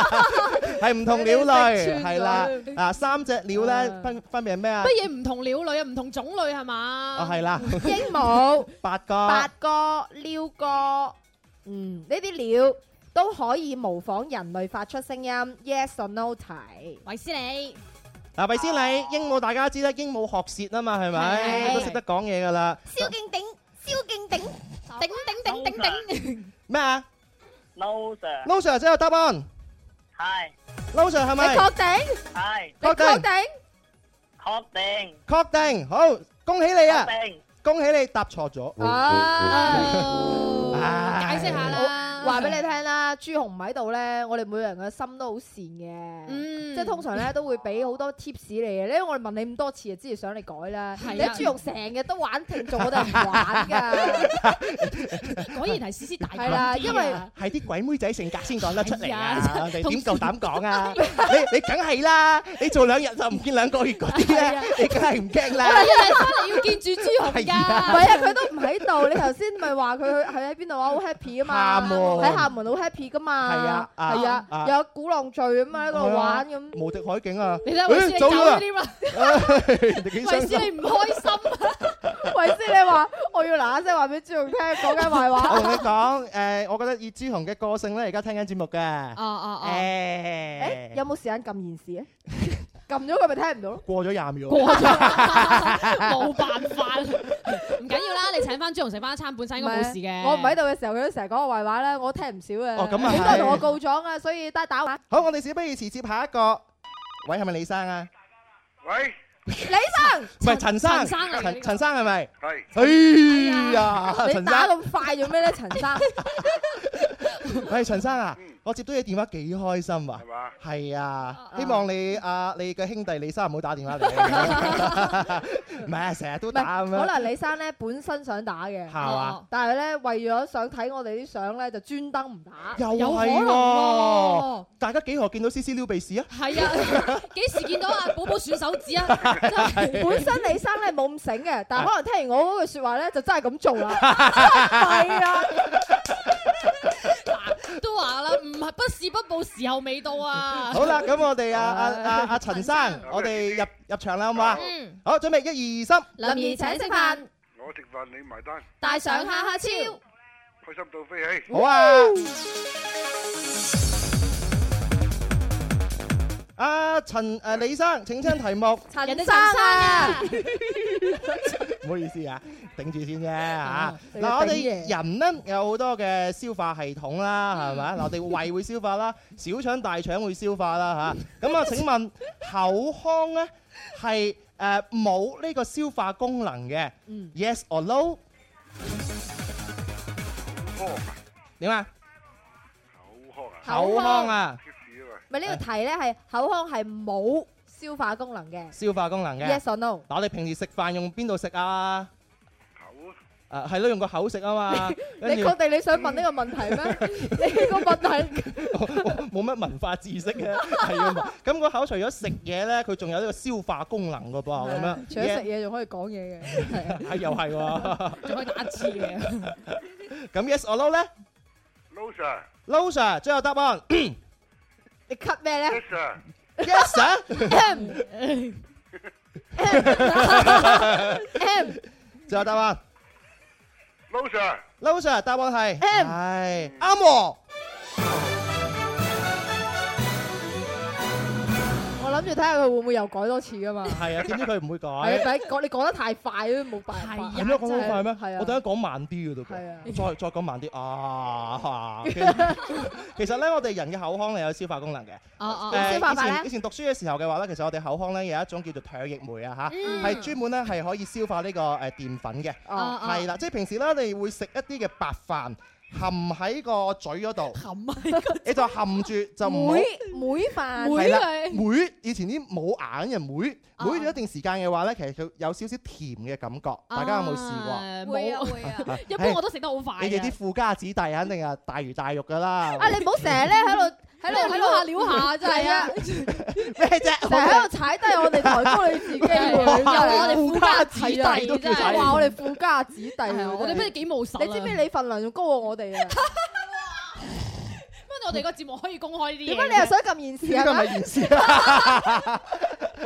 Speaker 7: 係唔同鳥類，
Speaker 6: 你哋識
Speaker 7: 係啦
Speaker 6: 串，
Speaker 7: 啊三隻鳥咧
Speaker 6: 啊
Speaker 7: 分分別係咩啊？
Speaker 5: 乜嘢唔同鳥類啊，唔同種類係嘛？
Speaker 7: 啊係啦，
Speaker 6: 鸚鵡、
Speaker 7: 八個，
Speaker 6: 八哥、鷯哥，嗯，呢啲鳥都可以模仿人類發出聲音。Yes or no 題，
Speaker 5: 維斯利，
Speaker 7: 嗱，維斯你鸚鵡大家知啦，鸚鵡學舌啊嘛，係
Speaker 5: 係
Speaker 7: 咪都識得講嘢噶啦？
Speaker 6: 蕭敬鼎，蕭敬鼎，
Speaker 5: 頂頂頂頂頂，
Speaker 7: 咩啊
Speaker 1: No sir，
Speaker 7: ？Lo Sir 即係答案
Speaker 1: 係
Speaker 7: ，Lo Sir 係
Speaker 6: 你
Speaker 7: 咪？
Speaker 6: 確定？
Speaker 1: 係
Speaker 6: 你確
Speaker 7: 確定，
Speaker 6: 定？
Speaker 1: 確定，
Speaker 7: 確定，好，恭喜
Speaker 6: à.
Speaker 7: 你啊！
Speaker 1: 確定，
Speaker 7: 恭喜你答錯咗，
Speaker 6: 啊！À.
Speaker 5: 解釋下啦，
Speaker 6: 話俾你聽啦，朱紅唔喺度咧，我哋每個人嘅心都好善嘅。
Speaker 5: 嗯，
Speaker 6: 即係通常咧都會俾好多 tips 你嘅，因為我哋問你咁多次就知係想你改啦。
Speaker 5: 係啊
Speaker 6: 你朱紅成日都玩聽眾，我哋唔玩㗎。
Speaker 5: 果然係思思大
Speaker 6: 係啦因為
Speaker 7: 係啲鬼妹仔性格先講得出嚟
Speaker 5: 係
Speaker 7: 啊！
Speaker 5: 啊
Speaker 7: 我哋
Speaker 5: 同
Speaker 7: 點夠膽講啊？你你梗係啦，你做兩日就唔見兩個月嗰啲咧，你梗係唔驚
Speaker 5: 我
Speaker 7: 啦
Speaker 5: 哋。一嚟翻嚟要見住朱紅
Speaker 7: 係啊
Speaker 6: 唔
Speaker 5: 㗎，
Speaker 6: 係啊，佢都唔喺度。你頭先咪話佢去係喺邊度啊？好 happy 啊嘛，
Speaker 7: 喊喎
Speaker 6: 喺廈門好 happy 噶嘛。
Speaker 7: 係啊啊
Speaker 6: 係
Speaker 7: 啊
Speaker 6: 啊，又有鼓浪嶼咁啊，喺度
Speaker 7: Ờ,
Speaker 6: 玩咁。
Speaker 7: 無敵海景啊！
Speaker 5: 你睇維斯利
Speaker 7: 誒
Speaker 5: 走
Speaker 7: 走
Speaker 5: 咗
Speaker 7: 啦！
Speaker 5: 啲嘛，
Speaker 7: 你幾
Speaker 5: 維斯
Speaker 7: 傷
Speaker 5: 利
Speaker 7: 心？
Speaker 5: 唔開心，
Speaker 6: 維斯你話我要嗱嗱聲話俾朱紅聽，講緊 壞
Speaker 7: 我
Speaker 6: 話。
Speaker 7: 同你講，誒，我覺得葉之紅嘅個性咧，而家聽緊節目嘅
Speaker 6: Ờ,
Speaker 5: 哦。哦哦，
Speaker 6: 誒，
Speaker 7: 誒
Speaker 6: 有，冇時間撳延時啊？ 撳咗佢咪聽唔到咯。
Speaker 7: 過咗廿秒。
Speaker 5: 過咗，冇辦法，唔緊要啦，你請翻朱紅食翻一餐本身應該冇事嘅，
Speaker 6: 我唔喺度嘅時候，佢都成日講我壞話咧，我都聽唔少嘅。
Speaker 7: 哦咁啊
Speaker 6: 好多人同我
Speaker 7: 係
Speaker 6: 告狀啊，所以都係打話。
Speaker 7: 好，我哋事不宜遲，接下一個。喂，係咪李生啊？
Speaker 9: 喂，
Speaker 6: 李生，
Speaker 7: 唔係陳生，
Speaker 5: 陳生嚟嘅呢
Speaker 7: 陳
Speaker 5: 個
Speaker 7: 陳生係咪？
Speaker 9: 係
Speaker 7: 哎呀，陳
Speaker 6: 你打
Speaker 7: 生，
Speaker 6: 咁快做咩咧？陳生，
Speaker 7: 喂，陳生啊
Speaker 9: 嗯，
Speaker 7: 我接到你電話幾開心啊
Speaker 9: 係！嘛？
Speaker 7: 係啊，
Speaker 6: 啊
Speaker 7: 希望你啊你嘅兄弟李生唔好打電話嚟，唔係啊成日都打咁
Speaker 6: 可
Speaker 7: 樣，
Speaker 6: 能李生咧本身想打嘅
Speaker 7: 係，嘛？
Speaker 6: 但係咧為咗想睇我哋啲相咧，就專登唔打。
Speaker 7: 又
Speaker 5: 有可
Speaker 7: 係
Speaker 5: 能
Speaker 7: 喎，
Speaker 5: 喎，
Speaker 7: 大家幾何見到 C C 撩鼻屎啊？
Speaker 5: 係啊， 幾時見到阿寶寶選手指啊？真係
Speaker 6: 本身李生咧冇咁醒嘅，但係可能聽完我嗰句説話咧，就真係咁做啦。係啊，
Speaker 5: 都話啦，唔係不是不報，時候未到啊！
Speaker 7: 好啦，咁我哋啊啊啊啊陳生
Speaker 5: 陳，
Speaker 7: 我哋入入場啦，好嘛？
Speaker 5: 嗯，
Speaker 7: 好，準備一二三，
Speaker 6: 林怡請食飯，
Speaker 9: 我食飯你埋單，
Speaker 6: 帶上哈哈超。
Speaker 9: 開心到飛起。
Speaker 7: 好啊！阿啊陳誒李生，請聽題目。
Speaker 6: 陳
Speaker 5: 人哋
Speaker 6: 生啊，
Speaker 7: 唔好意思啊，頂住先啫嚇
Speaker 6: 啊。
Speaker 7: 嗱，我
Speaker 6: 你要
Speaker 7: 哋人呢，有好多嘅消化系統啦，係咪？嗱，我哋胃會消化 啦，小腸、大腸會消化啦嚇。咁啊，請問口腔呢係誒冇呢個消化功能嘅
Speaker 6: 嗯
Speaker 7: ？Yes or no？
Speaker 9: 口腔
Speaker 7: 點啊？
Speaker 9: 口腔啊，
Speaker 6: 口
Speaker 7: 口
Speaker 6: 腔
Speaker 7: 腔
Speaker 9: 貼
Speaker 7: 啊，
Speaker 9: 士啊嘛。
Speaker 6: 咪呢個題咧係口腔係冇消化功能嘅。
Speaker 7: 消化功能嘅。
Speaker 6: Yes or no？
Speaker 7: 嗱，我哋平時食飯用邊度食啊？
Speaker 9: 口
Speaker 7: 誒係咯，用個口食啊 嘛。
Speaker 6: 你
Speaker 7: 跟住
Speaker 6: 確定你想問呢個問題 咩？你個問題
Speaker 7: 冇乜文化知識嘅，係啊嘛。咁個口除咗食嘢咧，佢仲有呢個消化功能嘅噃，咁樣。
Speaker 6: 除咗食嘢仲可以講嘢嘅，係啊
Speaker 7: Yeah，係又係喎。
Speaker 5: 仲可以打字嘅，
Speaker 7: 咁 yes or no 咧
Speaker 9: no sir
Speaker 7: ？No sir，最後 答案
Speaker 6: 你 cut 咩咧？
Speaker 9: yes sir
Speaker 7: yes sir。最後答案
Speaker 9: no sir
Speaker 7: no sir，答案係
Speaker 6: M
Speaker 7: 係啱喎。
Speaker 6: 我諗住睇下佢會唔會又改多次噶嘛。
Speaker 7: 係啊，點知佢唔會
Speaker 6: 係
Speaker 7: 改。
Speaker 6: 啊，第一講你講得太快都冇辦法。
Speaker 7: 咁樣講好快咩
Speaker 6: 啊係啊？
Speaker 7: 我等陣講慢啲嘅啫
Speaker 6: 係啊
Speaker 7: 噃，再再講慢啲 啊！其實其實咧，我哋人嘅口腔係有消化功能嘅。
Speaker 5: 哦哦，
Speaker 6: 點
Speaker 7: 誒
Speaker 6: 消化法
Speaker 7: 以
Speaker 6: 咧
Speaker 7: 前以前讀書嘅時候嘅話咧，其實我哋口腔咧有一種叫做唾液酶啊嚇。
Speaker 5: 嗯
Speaker 7: 係專門咧係可以消化呢個誒澱粉嘅，
Speaker 6: 哦，
Speaker 5: 啊
Speaker 7: 係啦，即係平時咧你會食一啲嘅白飯含喺個嘴嗰度，
Speaker 5: 含
Speaker 7: 你就含住就唔好
Speaker 6: 每每飯
Speaker 5: 妹
Speaker 7: 係啦
Speaker 5: 啊，
Speaker 7: 妹。以前啲冇眼嘅妹，
Speaker 5: 啊
Speaker 7: 妹咗一段時間嘅話咧，其實佢有少少甜嘅感覺，大家有冇試過？
Speaker 5: 啊
Speaker 4: 會啊
Speaker 5: 冇，
Speaker 4: 會啊，
Speaker 7: 啊
Speaker 5: 一
Speaker 7: 唉
Speaker 5: 般我都食得好快
Speaker 7: 你哋
Speaker 5: 嘅
Speaker 7: 啲。富家子弟肯定係大魚大肉㗎啦，
Speaker 6: 啊！你唔好成日咧喺度喺度
Speaker 5: 撩下撩下真係
Speaker 6: 係啊，
Speaker 7: 咩啫？
Speaker 6: 成日喺度踩低我哋抬高你自己喎，
Speaker 5: 哇
Speaker 6: 你真係
Speaker 5: 有我哋
Speaker 7: 富家子
Speaker 6: à.
Speaker 7: 弟都叫
Speaker 5: 係啊
Speaker 7: 仔
Speaker 6: 話我哋富家子弟
Speaker 5: 係啊
Speaker 6: 喎，
Speaker 5: 我哋
Speaker 6: 真係
Speaker 5: 咩幾務實
Speaker 6: 你知唔知你份量仲高過我哋啊？
Speaker 5: 我哋個節目可以公開呢啲嘢
Speaker 6: 點
Speaker 5: 嘅？
Speaker 6: 解你又想咁現時
Speaker 7: 呢個
Speaker 6: 啊？
Speaker 7: 咪件事啊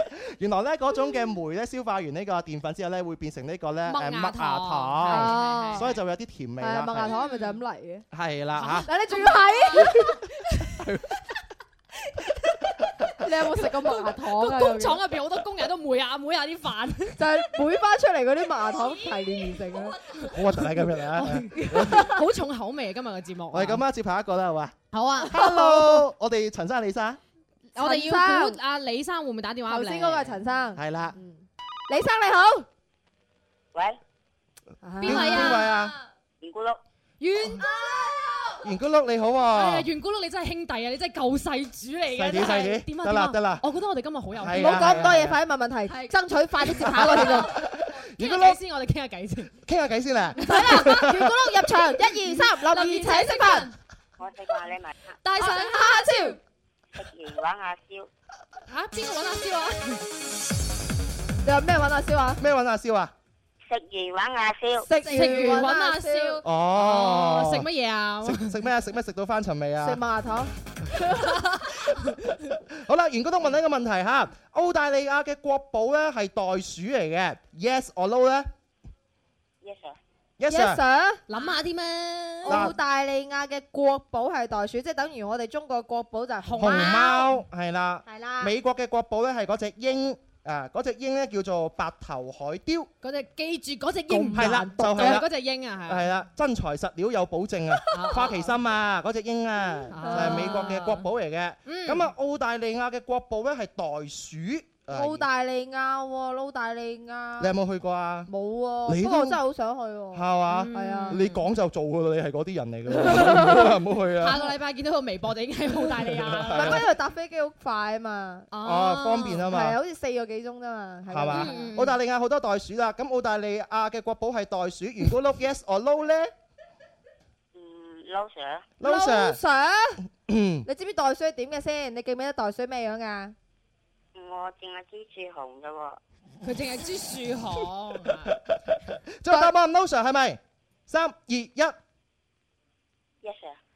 Speaker 7: 原來咧嗰種嘅酶咧消化完呢個澱粉之後咧，會變成呢個咧誒
Speaker 5: 麥芽
Speaker 7: 麥芽
Speaker 5: 糖
Speaker 7: 糖，
Speaker 6: 哦
Speaker 7: 所以就會有啲甜味
Speaker 6: 係啊，
Speaker 7: 啦。
Speaker 6: 麥芽糖咪就係咁嚟嘅。
Speaker 7: 係啦
Speaker 6: 嗱，你仲要係？你有冇食過麥芽糖
Speaker 5: 個
Speaker 6: 啊？
Speaker 5: 工廠入邊好多工人都每啊每啊啲飯，
Speaker 6: 就係每翻出嚟嗰啲麥芽糖提煉而成嘅。
Speaker 7: 嚇，好核突啊今日 啊！
Speaker 6: 哦
Speaker 5: 好重口味啊！今日嘅節目，
Speaker 7: 我哋咁啊，接下一個啦，好嘛
Speaker 5: 好啊！
Speaker 7: ？Hello，我哋陳生李生
Speaker 5: 我哋要估阿李生會唔會打電話
Speaker 6: 頭
Speaker 5: 入嚟？
Speaker 6: 先嗰個係陳生，
Speaker 7: 係啦，
Speaker 6: 嗯李生你好。
Speaker 10: 喂，
Speaker 5: 邊位啊
Speaker 7: 邊位啊？
Speaker 10: 圓咕碌，
Speaker 5: 袁
Speaker 7: 圓咕碌你好
Speaker 5: 係啊，
Speaker 7: 喎，
Speaker 5: 袁咕碌，你真係兄弟啊！你真係救世主嚟
Speaker 7: 細
Speaker 5: 嘅，
Speaker 7: 啲
Speaker 5: 真
Speaker 7: 細
Speaker 5: 係點
Speaker 7: 啲，得
Speaker 5: 啊點
Speaker 7: 啦
Speaker 5: 啊！
Speaker 7: 得啦，
Speaker 5: 我覺得我哋今日好有
Speaker 7: 係
Speaker 6: 唔
Speaker 7: 啊
Speaker 6: 好講咁多嘢，
Speaker 7: 係啊
Speaker 6: 快啲問問題
Speaker 5: 係，
Speaker 6: 爭取快啲接下一個聽 眾。
Speaker 7: 圓
Speaker 5: 傾
Speaker 7: 咕
Speaker 5: 下
Speaker 7: 碌
Speaker 5: 偈先，我哋傾下偈先。
Speaker 7: 傾下偈先啊啦。
Speaker 6: 圓咕碌入場，一二三，林怡請食飯，
Speaker 10: 我食話你埋單，
Speaker 5: 帶上蝦超
Speaker 10: 食完玩下燒，
Speaker 5: 嚇，邊個揾阿蕭啊？
Speaker 6: 你有咩揾阿蕭啊？
Speaker 7: 咩揾阿蕭啊？
Speaker 10: 食完玩下燒，
Speaker 6: 食
Speaker 5: 食完揾阿蕭
Speaker 6: 蕭，
Speaker 7: 哦，
Speaker 5: 食乜嘢啊？
Speaker 7: 食食咩啊？食咩食到翻尋味啊
Speaker 6: 食？麥芽糖，
Speaker 7: 好啦，袁哥都問一個問題嚇，澳大利亞嘅國寶咧係袋鼠嚟嘅，yes or no 咧
Speaker 10: Yes sir，
Speaker 7: ？yes
Speaker 6: Yes
Speaker 7: sir，
Speaker 6: sir。
Speaker 5: 諗下啲咩？
Speaker 6: 澳大利亞嘅國寶係袋鼠，即係等於我哋中國國寶就係熊
Speaker 7: 熊貓係啦，
Speaker 6: 係啦。
Speaker 7: 美國嘅國寶咧係嗰隻鷹，啊嗰隻鷹咧叫做白頭海雕，
Speaker 5: 嗰隻記住嗰隻鷹
Speaker 7: 咁
Speaker 5: 唔
Speaker 7: 係啦
Speaker 5: 難讀
Speaker 7: 就係啦
Speaker 5: 嘅嗰隻鷹啊，係啊
Speaker 7: 係啦，真材實料有保證啊，花旗參啊嗰隻鷹啊，就係美國嘅國寶嚟嘅。
Speaker 5: 嗯
Speaker 7: 咁啊，澳大利亞嘅國寶咧係袋鼠。啊
Speaker 6: 澳大利亞喎，澳大利亞
Speaker 7: 你有冇去過啊？à？
Speaker 6: 冇
Speaker 7: 你
Speaker 6: 喎，
Speaker 7: 都
Speaker 6: 不過我真係好想去喎。
Speaker 7: 係嘛？
Speaker 6: 係啊，
Speaker 7: 你講就做噶啦，你係嗰啲人 嚟噶，唔好去
Speaker 4: 下
Speaker 7: 啊！
Speaker 4: 個禮拜見到個微博就已經喺澳大利亞
Speaker 6: 唔
Speaker 4: 啦。
Speaker 6: 係，因為搭飛機好快啊嘛，
Speaker 7: 啊，方便啊嘛，
Speaker 6: 係啊，好似四個幾鐘啫嘛，係
Speaker 7: 係嘛
Speaker 6: 咪？？
Speaker 7: 澳大利亞好多袋鼠啦，咁澳大利亞嘅國寶係袋鼠，圓咕碌 yes or no 咧
Speaker 10: 嗯，Low Sir，
Speaker 7: ？no sir，
Speaker 6: Sir，你知唔知袋鼠係點嘅先？你記唔記得袋鼠咩樣啊㗎？
Speaker 10: 我淨係知住紅嘅喎，
Speaker 4: 佢淨係知樹啊行，
Speaker 7: 最後答案 no sir 係咪？三二一，yes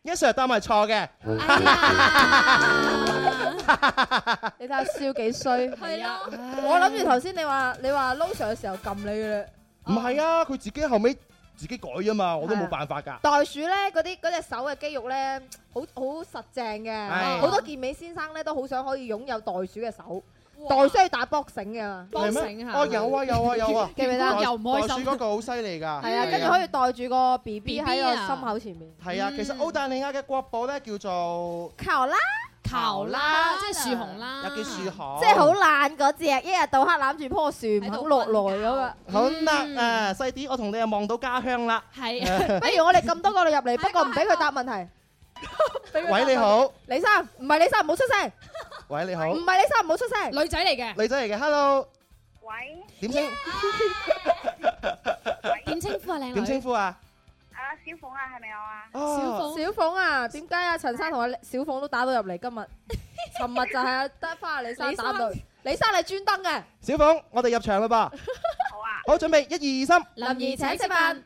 Speaker 10: Yes sir，
Speaker 7: sir 答埋錯嘅，
Speaker 6: 你睇下笑幾衰。
Speaker 4: 係
Speaker 7: 啊
Speaker 4: 咯，
Speaker 6: 我諗住頭先你話你話 low Sir 嘅時候撳你嘅啦。
Speaker 7: 唔係啊，佢自己後尾自己改啊嘛，我都
Speaker 6: 係
Speaker 7: 冇
Speaker 6: 啊
Speaker 7: 辦法㗎。
Speaker 6: 袋鼠咧嗰啲嗰隻手嘅肌肉咧，好好實正
Speaker 7: 係
Speaker 6: 嘅，好多健美先生咧都好想可以擁有袋鼠嘅手，袋鼠係打 boxing 嘅，
Speaker 4: 幫
Speaker 7: 係
Speaker 4: 醒
Speaker 7: 咩？
Speaker 4: 下。
Speaker 7: 哦，有啊，有啊，有啊
Speaker 6: ！記唔記得 啊？
Speaker 4: 又唔開
Speaker 7: 袋
Speaker 4: 心
Speaker 7: 鼠嗰個好犀利㗎，
Speaker 6: 係啊，跟住可以袋住個 B B 喺
Speaker 4: BB
Speaker 6: 個
Speaker 4: 啊
Speaker 6: 心口前面，
Speaker 7: 係啊，其實澳大利亞嘅國寶咧叫做
Speaker 6: 球啦，
Speaker 4: 球啦，即係樹紅啦，
Speaker 7: 有叫樹河，
Speaker 6: 即係好懶嗰只，一日到黑攬住棵樹唔
Speaker 4: 喺
Speaker 6: 肯
Speaker 4: 度
Speaker 6: 落來咁啊！
Speaker 7: 好叻啊！細啲，我同你又望到家鄉啦。
Speaker 4: 係
Speaker 6: 不如我哋咁多個入嚟，不過唔俾佢答問題。俾佢答
Speaker 7: 喂，你
Speaker 6: 問題，
Speaker 7: 好，
Speaker 6: 李生，唔係李生，唔好出聲，
Speaker 7: 喂，你好，
Speaker 6: 唔係李生，唔好出聲。
Speaker 4: 女仔嚟嘅，
Speaker 7: 女仔嚟嘅，hello，
Speaker 10: 喂，
Speaker 7: 點稱
Speaker 4: 點稱呼啊靚
Speaker 7: 點稱
Speaker 4: 女？
Speaker 7: 呼啊？
Speaker 10: 啊小鳳啊，係咪我啊？
Speaker 4: 小
Speaker 7: 哦，
Speaker 4: 鳳，
Speaker 6: 小鳳啊，點解啊？陳生同阿小鳳都打到入嚟今日，尋日就係啊得翻阿李生
Speaker 4: 李生
Speaker 6: 打到，李生你專登嘅，
Speaker 7: 小鳳，我哋入場啦 噃，
Speaker 10: 好啊，
Speaker 7: 好，準備，一二三，
Speaker 6: 兒請食飯，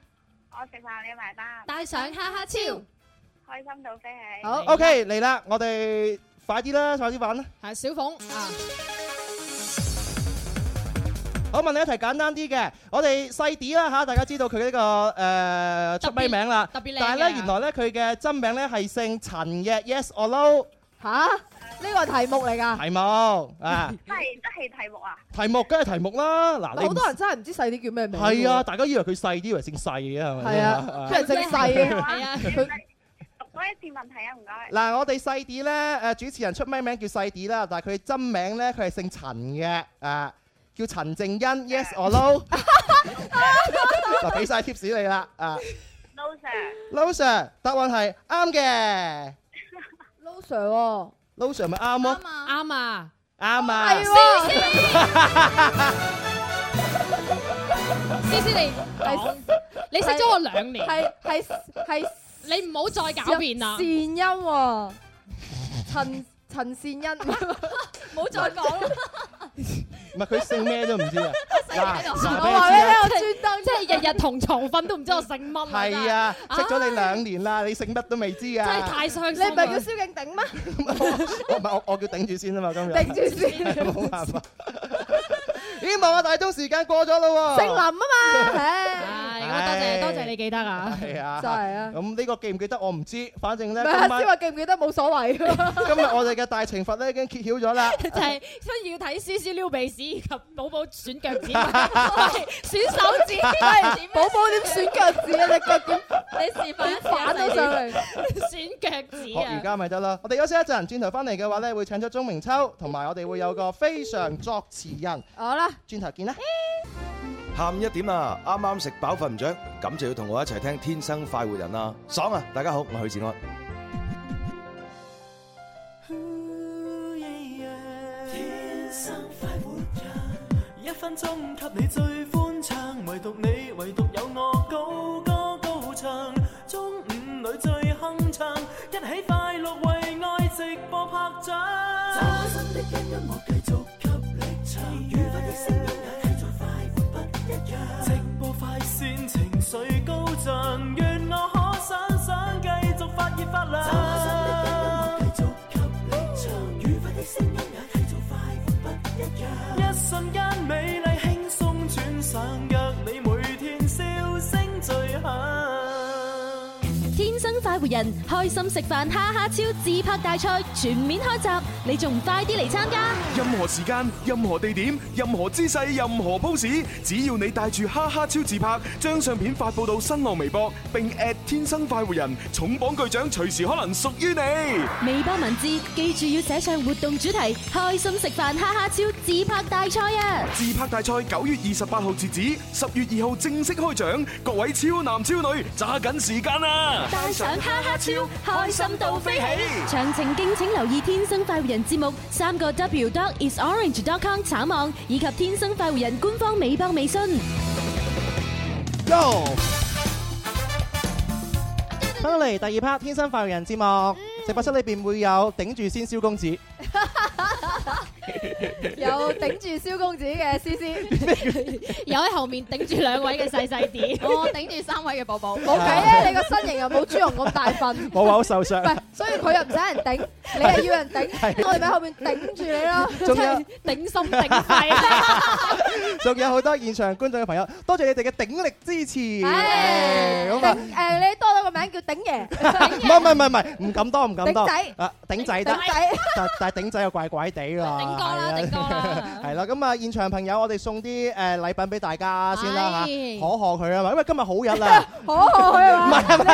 Speaker 10: 我食飯你埋單，
Speaker 4: 帶上哈哈超，
Speaker 10: 開心到飛起
Speaker 6: 好
Speaker 7: ，OK，嚟啦，我哋快啲啦，快啲玩啦。
Speaker 4: 係小鳳啊，
Speaker 7: 好，問你一題簡單啲嘅，我哋細啲啦嚇，大家知道佢呢個誒出名名啦，
Speaker 4: 特別靚嘅
Speaker 7: 但係咧原來咧佢嘅真名咧係姓陳嘅，yes or no？
Speaker 6: 吓？呢個係題目嚟㗎，
Speaker 7: 題目 啊，
Speaker 10: 真係真係題目啊！
Speaker 7: 題目梗係題目啦，嗱，你唔
Speaker 6: 好多人真係唔知細啲叫咩名。
Speaker 7: 係啊，，大家以為佢細啲，以為姓細嘅係咪？
Speaker 6: 係啊，啲人姓細啊，
Speaker 4: 係啊，
Speaker 6: 佢
Speaker 10: 讀多一次問題啊，唔該。
Speaker 7: 嗱，我哋細啲咧，誒主持人出咩名叫細啲啦，但係佢真名咧，佢係姓陳嘅，啊叫陳靜欣，yes or no？嗱，俾晒 tips 你啦，啊
Speaker 10: No sir，
Speaker 7: ，Lo Sir 答案係啱嘅
Speaker 6: 撈 Sir 喎，
Speaker 7: ，Lo Sir 咪啱咯，
Speaker 4: 啱啊，
Speaker 7: 啱
Speaker 6: 係
Speaker 7: 啊，
Speaker 6: 喎，
Speaker 4: 思思你講，你識咗我
Speaker 6: à?
Speaker 4: 兩年，
Speaker 6: 係係係
Speaker 4: 你唔好再狡辯啦
Speaker 6: 善，音喎，陳陳善 欣，
Speaker 4: 唔好再講啦，
Speaker 7: 唔係佢姓咩都唔知 啊，嗱，
Speaker 6: 我
Speaker 7: 嗱俾
Speaker 6: 話俾
Speaker 7: 你
Speaker 6: 你聽，我專登
Speaker 4: 即係日日同床瞓都唔知我姓乜
Speaker 7: 知啊，係，啊，識咗你兩年啦，你姓乜都未知
Speaker 4: 真係
Speaker 7: 啊，
Speaker 4: 太傷心
Speaker 6: 你唔係叫蕭
Speaker 4: 啦。
Speaker 6: 敬 鼎咩？
Speaker 7: 我唔係我我叫頂住先啊嘛，今日
Speaker 6: 定住先，姓
Speaker 7: 冇辦法，咦，望下大鐘時間過咗啦喎，
Speaker 6: 林 啊嘛，唉，
Speaker 4: 係，咁多謝多謝你記得啊，
Speaker 7: 係
Speaker 6: 真
Speaker 7: 啊。
Speaker 6: 係啊！
Speaker 7: 咁呢個記唔記得我唔知，反正
Speaker 6: 唔
Speaker 7: 咧
Speaker 6: 係
Speaker 7: 今
Speaker 6: 啊，
Speaker 7: 晚
Speaker 6: 先話記唔記得冇所 謂，
Speaker 7: 今日我哋嘅大懲罰咧已經揭曉咗啦。
Speaker 4: 就係所以要睇思思撩鼻屎以及寶寶選腳 趾，選手指， 喂，
Speaker 6: 寶寶點選腳趾啊？你腳 點
Speaker 4: 你示範一
Speaker 6: 反到上嚟？
Speaker 4: 選腳趾
Speaker 7: 學而
Speaker 4: 啊！
Speaker 7: 家咪得啦。我哋休息一陣，轉頭翻嚟嘅話咧，會請咗鐘明秋，同埋我哋會有個非常作詞人，
Speaker 6: 好啦，
Speaker 7: 轉頭見啦。
Speaker 11: 下午一點啦，啱啱食飽瞓唔着，咁就要同我一齊聽《天生快活人》啦，爽啊！大家好，我係許志安。
Speaker 1: 天生快活人，一分鐘給你最歡暢，唯獨你，唯獨有我高歌高唱，中午裏最鏗鏘，一起快樂為愛直播拍掌。真心的音樂我繼續給你唱，愉快的聲音也繼續快活不一樣。直播快線情緒高漲，願我可想想繼續發熱發亮。真心的音樂繼續給你唱，愉快的聲音也繼續快活不一樣。一瞬間美麗輕鬆轉上，約你每天笑聲最響。
Speaker 2: 天天生快活人，開心食飯，哈哈超自拍大賽全面開閘，你仲唔快啲嚟參加？
Speaker 3: 任何時間、任何地點、任何姿勢、任何 pose，只要你帶住哈哈超自拍，將相片發布到新浪微博，並 at 天生快活人，重磅巨獎隨時可能屬於你。
Speaker 2: 微博文字記住要寫上活動主題，開心食飯，哈哈超自拍大賽啊！
Speaker 3: 自拍大賽九月二十八號截止，十月二號正式開獎，各位超男超女揸緊時間啊啦！
Speaker 2: 帶上哈哈超，開心到飛起！詳情敬請留意《天生快活人》節目，三個 W dot is orange dot com 橙網以及《天生快活人》官方微博、微信。
Speaker 7: Yo，翻嚟第二 part《天生快活人》節目，直播室裏邊會有頂住先蕭公 子，
Speaker 6: 有頂住蕭公子 嘅思思，
Speaker 5: 有喺後面頂住兩位嘅細細啲，
Speaker 12: 我頂住三位嘅 寶寶，
Speaker 6: 冇計啊！你個身形又冇朱紅咁大份，
Speaker 7: 我好受傷
Speaker 6: 唔。係，所以佢又唔使人頂，你又要人頂，我哋咪喺後面頂住你咯，
Speaker 7: 仲有
Speaker 6: 頂心
Speaker 5: 頂肺啊
Speaker 7: 仲有好多現場觀眾嘅朋友，多謝你哋嘅鼎力支持。
Speaker 6: 唉
Speaker 7: 咁啊，
Speaker 6: 頂誒，你多咗個名叫頂爺，
Speaker 7: 唔係唔係唔係唔係，唔敢當唔敢當。
Speaker 6: 頂仔
Speaker 7: 啊，頂仔得
Speaker 6: 頂仔，
Speaker 7: 但但係頂仔又怪怪地㗎。 頂哥啦，頂哥啦。係啦，咁啊，現場朋友，我哋送啲誒禮品俾大家先啦嚇，
Speaker 6: 係
Speaker 7: 可賀佢啊嘛，因為今日好日 啊。
Speaker 6: 可可佢啊
Speaker 7: 唔
Speaker 6: 嘛，
Speaker 7: 係唔係，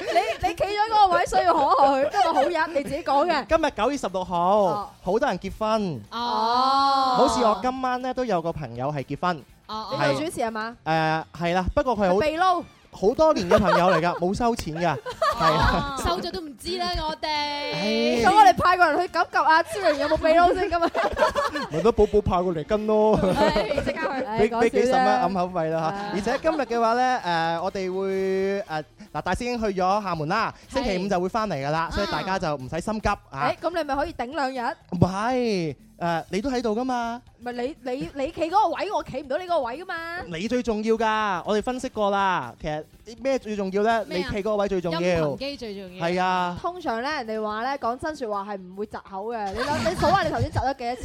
Speaker 6: 你你企咗嗰個位，所以可可佢，都係好人，你自己講嘅。
Speaker 7: 今日九月十六號，好多人結婚。
Speaker 6: 哦
Speaker 7: 好似我今晚咧都有個朋友係結婚。
Speaker 6: 你做主持係嘛？
Speaker 7: 誒係啦，不過佢好
Speaker 6: 被撈。
Speaker 7: 好多年嘅朋友嚟㗎，冇收錢㗎，係
Speaker 6: 哦
Speaker 7: 啊。
Speaker 5: 收咗都唔知 啦，我
Speaker 7: 唉
Speaker 5: 哋。
Speaker 6: 咁我哋派個人去感及阿超人有冇被撈 先咁啊！
Speaker 7: 咪都寶寶派過嚟跟咯，
Speaker 6: 即刻去
Speaker 7: 俾俾幾十蚊揞口費啦嚇。而且今日嘅話咧，誒我哋會誒嗱大師兄去咗廈門啦，星期五就會翻嚟㗎啦，所以大家就唔使心急啊
Speaker 6: 誒，。咁你咪可以頂兩日？
Speaker 7: 唔係誒，你都喺度㗎嘛？
Speaker 6: 咪你你你企嗰個位，我企唔到你嗰個位噶嘛？
Speaker 7: 你最重要㗎，我哋分析過啦。其實咩最重要咧？你企嗰個位最重要。
Speaker 5: 機最重
Speaker 7: 要係啊
Speaker 6: 通常咧，人哋話咧講真説話係唔會窒口嘅。你諗，你數下你頭先窒咗幾多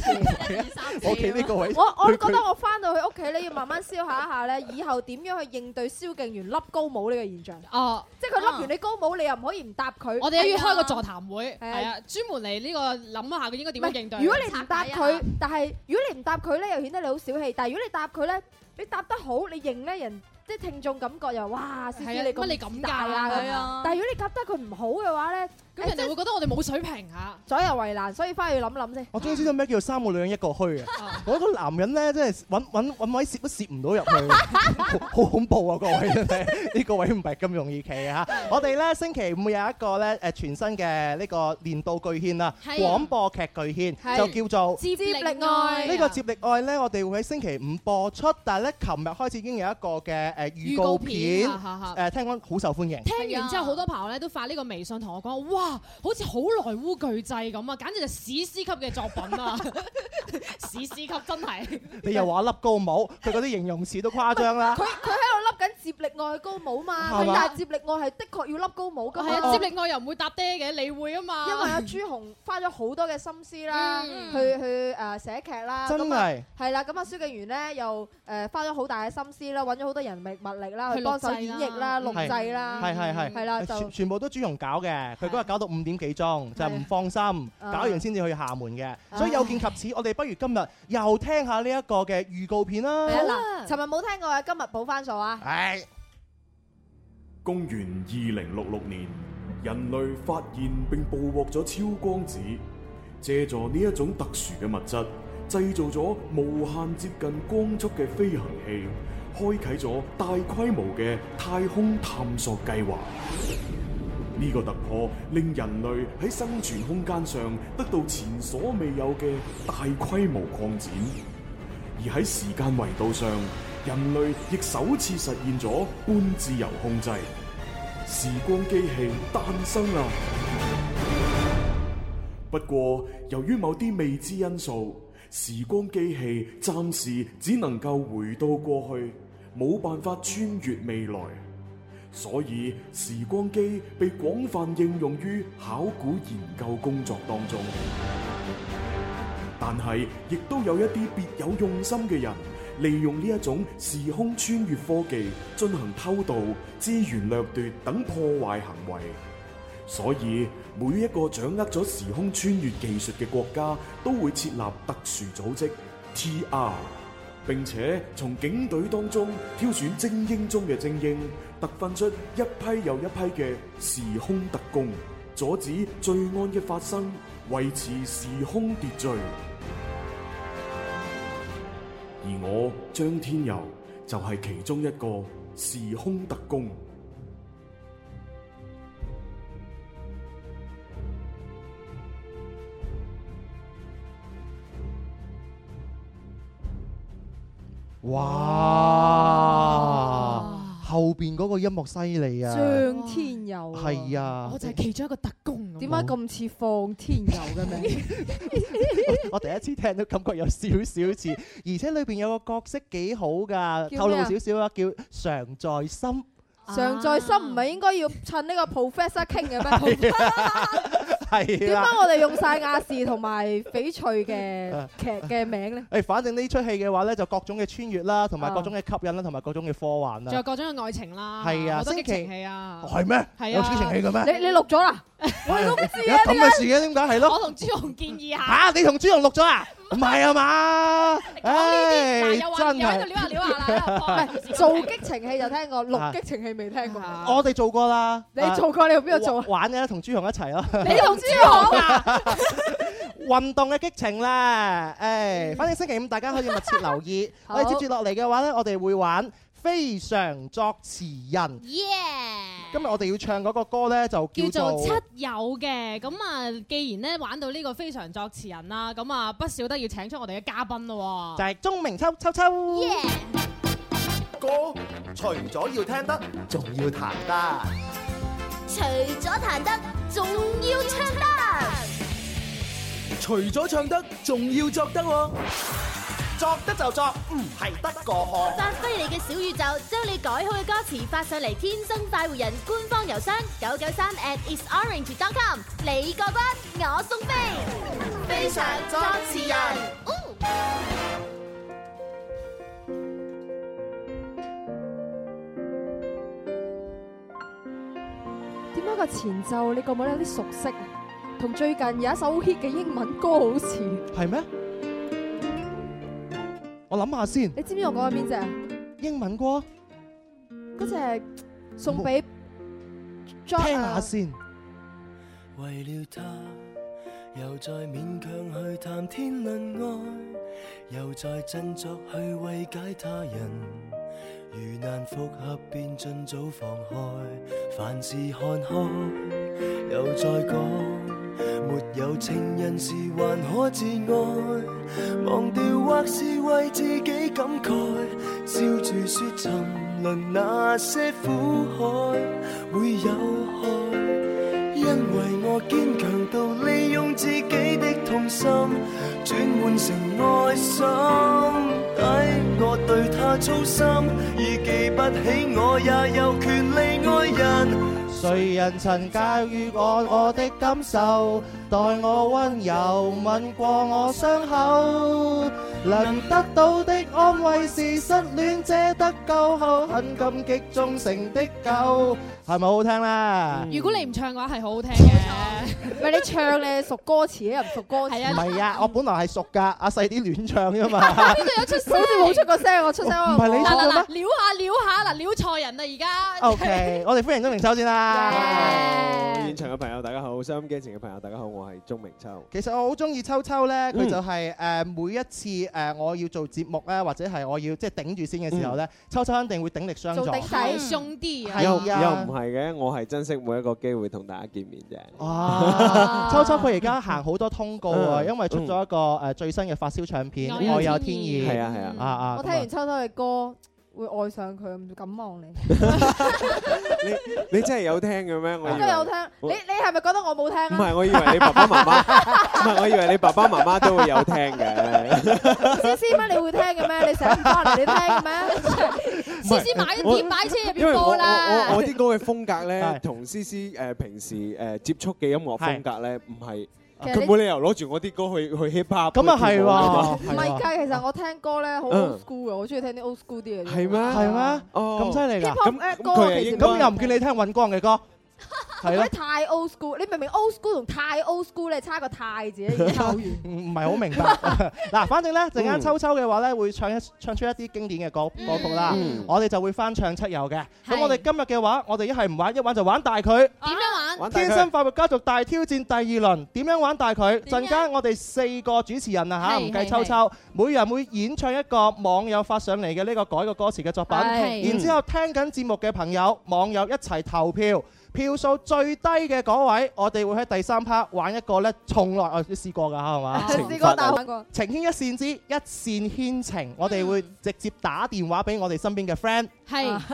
Speaker 6: 次？
Speaker 7: 我企呢個位，
Speaker 6: 我我
Speaker 7: 佢
Speaker 6: 覺得我翻到去屋企咧，要慢慢消化一下咧，以後點樣去應對蕭敬元笠高帽呢個現象？
Speaker 5: 哦，
Speaker 6: 即係佢笠完你高帽，你又唔可以唔答佢。
Speaker 5: 我哋都要開個座
Speaker 6: 談。
Speaker 5: 談會，
Speaker 6: 係啊
Speaker 5: 係啊，專門嚟呢個諗一下佢應該點
Speaker 6: 唔
Speaker 5: 樣應
Speaker 6: 係
Speaker 5: 對。啊
Speaker 6: 如果你唔答佢，但係如果你唔答佢咧，又顯得你好小氣。但係如果你答佢咧，你答得好，你認咧人。即係聽眾感覺又哇，思思
Speaker 5: 係啊
Speaker 6: 你
Speaker 5: 乜你
Speaker 6: 咁
Speaker 5: 咁
Speaker 6: 自
Speaker 5: 㗎
Speaker 6: 大啊！
Speaker 5: 係啊
Speaker 6: 但係如果你答得佢唔好嘅話咧，
Speaker 5: 咁人哋會覺得我哋冇水平嚇。
Speaker 6: 左右為難，所以翻去諗諗先。
Speaker 7: 我終於知道咩叫三個女人一個虛啊！我覺得男人咧，真係揾揾揾位攝都攝唔到入去， 好好恐怖啊！各位真係呢個位唔係咁容易企啊！我哋咧星期五有一個咧誒全新嘅呢個年度巨獻啊，
Speaker 6: 係
Speaker 7: 廣播劇巨
Speaker 6: 係
Speaker 7: 獻就叫做
Speaker 6: 接力愛
Speaker 7: 呢個接力愛咧，我哋會喺星期五播出，但係咧琴日開始已經有一個嘅誒預告片
Speaker 5: 預告片啊啊啊
Speaker 7: 誒，聽講好受歡迎。
Speaker 5: 聽完之後，好多朋友咧都發呢個微信同我講：哇，好似好萊塢巨製咁啊，簡直就史詩級嘅作品 啊！史詩級真係。
Speaker 7: 你又啊話笠高帽，佢嗰啲形容詞都誇張啦。
Speaker 6: 佢喺度笠緊接力愛高帽嘛，
Speaker 7: 係
Speaker 6: 咁
Speaker 7: 嘛
Speaker 6: 但係接力愛係的確要笠高帽噶
Speaker 5: 係
Speaker 6: 嘛。
Speaker 5: 啊，接力愛又唔會搭爹嘅，你會啊嘛。
Speaker 6: 因為阿朱紅花咗好多嘅心思啦，
Speaker 5: 嗯
Speaker 6: 去去誒寫劇啦，
Speaker 7: 真
Speaker 6: 咁啊
Speaker 7: 係
Speaker 6: 係啦，咁啊蕭敬元咧又誒花咗好大嘅心思啦，揾咗好多人力物力啦，
Speaker 5: 去
Speaker 6: 去幫手
Speaker 5: 錄製啦
Speaker 6: 演繹啦、錄製啦，
Speaker 7: 係係係，
Speaker 6: 係啦就
Speaker 7: 全全部都朱紅搞嘅，佢嗰日搞到五點幾鐘，就唔放心，
Speaker 6: 啊
Speaker 7: 搞完先至去廈門嘅，所以有見及此，我哋不如今日又聽下呢一個嘅預告片啦。
Speaker 6: 係啊嗱，尋日冇聽過啊，今日補翻數啊，
Speaker 7: 唉，
Speaker 13: 公元二零六六年，人類發現並捕獲咗超光子，借助呢一種特殊嘅物質，製造咗無限接近光速嘅飛行器，開啟咗大規模嘅太空探索計劃。呢個突破令人類喺生存空間上得到前所未有嘅大規模擴展。而喺時間維度上，人類亦首次實現咗半自由控制，時光機器誕生啦！不過，由於某啲未知因素，時光機器暫時只能夠回到過去，冇辦法穿越未來。所以，時光機被廣泛應用於考古研究工作當中。但係亦都有一啲別有用心嘅人，利用呢一種時空穿越科技進行偷渡、資源掠奪等破壞行為。所以每一個掌握咗時空穿越技術嘅國家都會設立特殊組織 TR，並且從警隊當中挑選精英中嘅精英，特訓出一批又一批嘅時空特工，阻止罪案嘅發生，維持時空秩序。而我張天佑就係其中一個時空特工。
Speaker 7: 哇！後邊嗰個音樂犀利啊！
Speaker 6: 張天佑啊
Speaker 7: 係啊，
Speaker 6: 我就係
Speaker 5: 其中一個特工。
Speaker 6: 點解咁似放天佑嘅名？
Speaker 7: 我第一次聽到感覺有少少似，而且裏邊有個角色幾好㗎，
Speaker 6: 叫
Speaker 7: 透露
Speaker 6: 咩啊
Speaker 7: 少少啊，叫常在心。
Speaker 6: 常在心唔係應該要趁呢個 Professor King 嘅咩？
Speaker 7: 係
Speaker 6: 點
Speaker 7: 啦
Speaker 6: 解。我哋用晒亞視同埋翡 翠嘅劇嘅名咧？
Speaker 7: 誒，反正呢出戲嘅話咧，就各種嘅穿越啦，同埋各種嘅吸引啦，同埋各種嘅科幻
Speaker 5: 啊仲有
Speaker 7: 啦。
Speaker 5: 各種嘅愛情啦，
Speaker 7: 係啊
Speaker 5: 好多激
Speaker 7: 星期哦
Speaker 5: 情戲啊，
Speaker 7: 係咩
Speaker 5: 係啊，
Speaker 7: 有激情戲嘅咩
Speaker 6: 你你錄咗 啦？
Speaker 7: 我都唔
Speaker 6: 知
Speaker 7: 有
Speaker 6: 啊
Speaker 7: 咁嘅事嘅，點解係
Speaker 5: 我
Speaker 7: 咯？
Speaker 5: 同朱紅建議下，
Speaker 7: 嚇！你同朱紅錄咗啊？唔係啊 嘛？唉，
Speaker 5: 嗱
Speaker 7: 真
Speaker 5: 又話又喺度
Speaker 7: 係
Speaker 5: 撩下撩下 啦，
Speaker 6: 唔係做 激情戲就聽過，錄激情戲未聽過。
Speaker 7: 我哋做過啦。
Speaker 6: 你做過你去邊度做啊
Speaker 7: 玩嘅同朱紅一齊咯。
Speaker 6: 你同朱紅啊？
Speaker 7: 運動嘅激情啦，
Speaker 5: 嗯
Speaker 7: 誒，反正星期五大家可以密切留 意。
Speaker 6: 好
Speaker 7: 我哋接住落嚟嘅話呢，我哋會玩非常作詞人。今日我哋要唱嗰個歌呢，就
Speaker 5: 叫
Speaker 7: 叫
Speaker 5: 做
Speaker 7: 做
Speaker 5: 七友嘅，咁啊，既然咧玩到呢個非常作詞人啦，咁啊不少得要請出我哋嘅嘉賓咯
Speaker 7: 就係鐘明秋秋秋。
Speaker 1: 歌除咗要聽得，仲要彈得。
Speaker 2: 除咗彈得，仲要唱得。
Speaker 1: 除咗唱得，仲要作得喎。作得就作，唔係得過河。
Speaker 2: 發揮你嘅小宇宙，將你改好嘅歌詞發上嚟，天生快活人官方郵箱九九三 at isorange.com，你過關，我送飛，
Speaker 1: 非常作詞人。
Speaker 6: 點解個前奏你覺唔覺得有啲熟悉啊？同最近有一首好 hit 嘅英文歌好似。
Speaker 7: 係咩？我諗下先。
Speaker 6: 你知唔知我講緊邊只啊？
Speaker 7: 英文歌。
Speaker 6: 嗰只送俾 John
Speaker 7: 聽下先。
Speaker 14: 為了他，又再勉強去談天論愛，又再振作去慰解他人。如難復合，便盡早放開，凡事看開，又再講，沒有情人時還可自愛，忘掉或是為自己感慨，笑住說沉淪那些苦海會有害。因為我堅強到利用自己的痛心，轉換成愛心。抵我對他操心，已記不起我也有權利愛人。
Speaker 7: 誰人曾教育我我的感受，待我温柔吻過我傷口，能得到的安慰是失戀者得救後很感激忠誠的狗，係咪好好聽啦
Speaker 5: 喎。？如果你唔唱嘅話，係好好聽嘅。
Speaker 6: 唔係你唱你熟歌詞，又唔熟歌詞。
Speaker 5: 係
Speaker 7: 唔係啊，我本來係熟㗎，阿細啲亂唱㗎嘛。
Speaker 5: 邊度有出聲？
Speaker 6: 好似冇出過聲，我出聲
Speaker 7: 唔係你出嘅
Speaker 5: 嗱
Speaker 7: 咩
Speaker 5: 嗱嗱，撩下撩下嗱，撩錯人啦而家。
Speaker 7: O K，我哋歡迎鐘明秋先啦。
Speaker 15: 現場嘅朋友大家好，收音機前嘅朋友大家好，我係鐘明秋。
Speaker 7: 其實我好中意秋秋咧，佢
Speaker 15: 嗯
Speaker 7: 就係誒每一次誒我要做節目啊咧，或者係我要即係頂住先嘅時候咧，秋秋肯定會鼎力相助。
Speaker 5: 好兄弟啊！
Speaker 15: 又又唔
Speaker 7: 係啊
Speaker 15: 係嘅，我係珍惜每一個機會同大家見面啫。
Speaker 7: 哇！ 秋秋佢而家行好多通告啊，
Speaker 15: 嗯
Speaker 7: 因為出咗一個誒最新嘅發燒唱片
Speaker 6: 愛有
Speaker 7: 《愛有天意》。
Speaker 15: 係啊係啊
Speaker 7: 啊啊！
Speaker 6: 我聽完秋秋嘅歌，會愛上佢，唔敢 望你。
Speaker 15: 你真係有聽嘅咩？我
Speaker 6: 我
Speaker 15: 以
Speaker 6: 真
Speaker 15: 為
Speaker 6: 係有聽，你你係咪覺得我冇聽
Speaker 15: 唔
Speaker 6: 啊？
Speaker 15: 係，我以為你爸爸媽媽，唔係，我以為你爸爸媽媽都會有聽嘅。
Speaker 6: 思思乜你會聽嘅咩？你成日唔翻嚟你聽嘅咩？
Speaker 15: 思思
Speaker 5: 買
Speaker 15: 我
Speaker 5: 啲碟擺喺車入
Speaker 15: 因為
Speaker 5: 邊
Speaker 15: 我
Speaker 5: 播
Speaker 15: 我
Speaker 5: 啦
Speaker 15: 我我。啲歌嘅風格咧，同 C C 誒平時誒接觸嘅音樂風格咧，唔係
Speaker 6: 其實
Speaker 15: 佢
Speaker 6: 你
Speaker 15: 冇理由攞住我啲歌去去 hip hop
Speaker 7: 咁啊
Speaker 15: 去跳
Speaker 7: 係
Speaker 15: 舞㗎
Speaker 6: 唔
Speaker 15: 嘛
Speaker 6: 係㗎，其實我聽歌咧好
Speaker 15: 嗯
Speaker 6: old school 嘅，我中意聽啲 old school 啲嘅。
Speaker 15: 係咩
Speaker 7: 係咩？咁
Speaker 15: 哦
Speaker 7: 犀利㗎！
Speaker 6: Hip-hop 呃歌
Speaker 15: 佢係其實應該
Speaker 7: 咁又唔叫你聽尹光嘅歌，係咯
Speaker 6: 嗰啲？太 old school，你明明 old school 同太 old school 咧差個太字咧 已經夠遠。
Speaker 7: 唔唔係好明白。 嗱，反正咧陣間秋秋嘅話咧，會唱一唱出一啲經典嘅歌歌曲啦
Speaker 6: 嗯。
Speaker 7: 我哋就會翻唱七友嘅。咁
Speaker 5: 係
Speaker 7: 我哋今日嘅話，我哋一係唔玩，一玩就玩大佢。
Speaker 5: 點樣玩？
Speaker 7: 天生快活家族大挑戰第二輪，點樣玩大佢？陣間我哋四個主持人啊嚇，
Speaker 5: 係
Speaker 7: 唔計秋秋，每人會演唱一個網友發上嚟嘅呢個改個歌詞嘅作品，
Speaker 5: 係
Speaker 7: 然之後聽緊節目嘅朋友、網友一齊投票，票數最低嘅嗰位，我哋會喺第三 part 玩一個呢，從來我都試過㗎嚇，係嘛？
Speaker 6: 試過但係玩過。
Speaker 7: 情牽一線之一線牽情，我哋會直接打電話俾我哋身邊嘅 friend，啊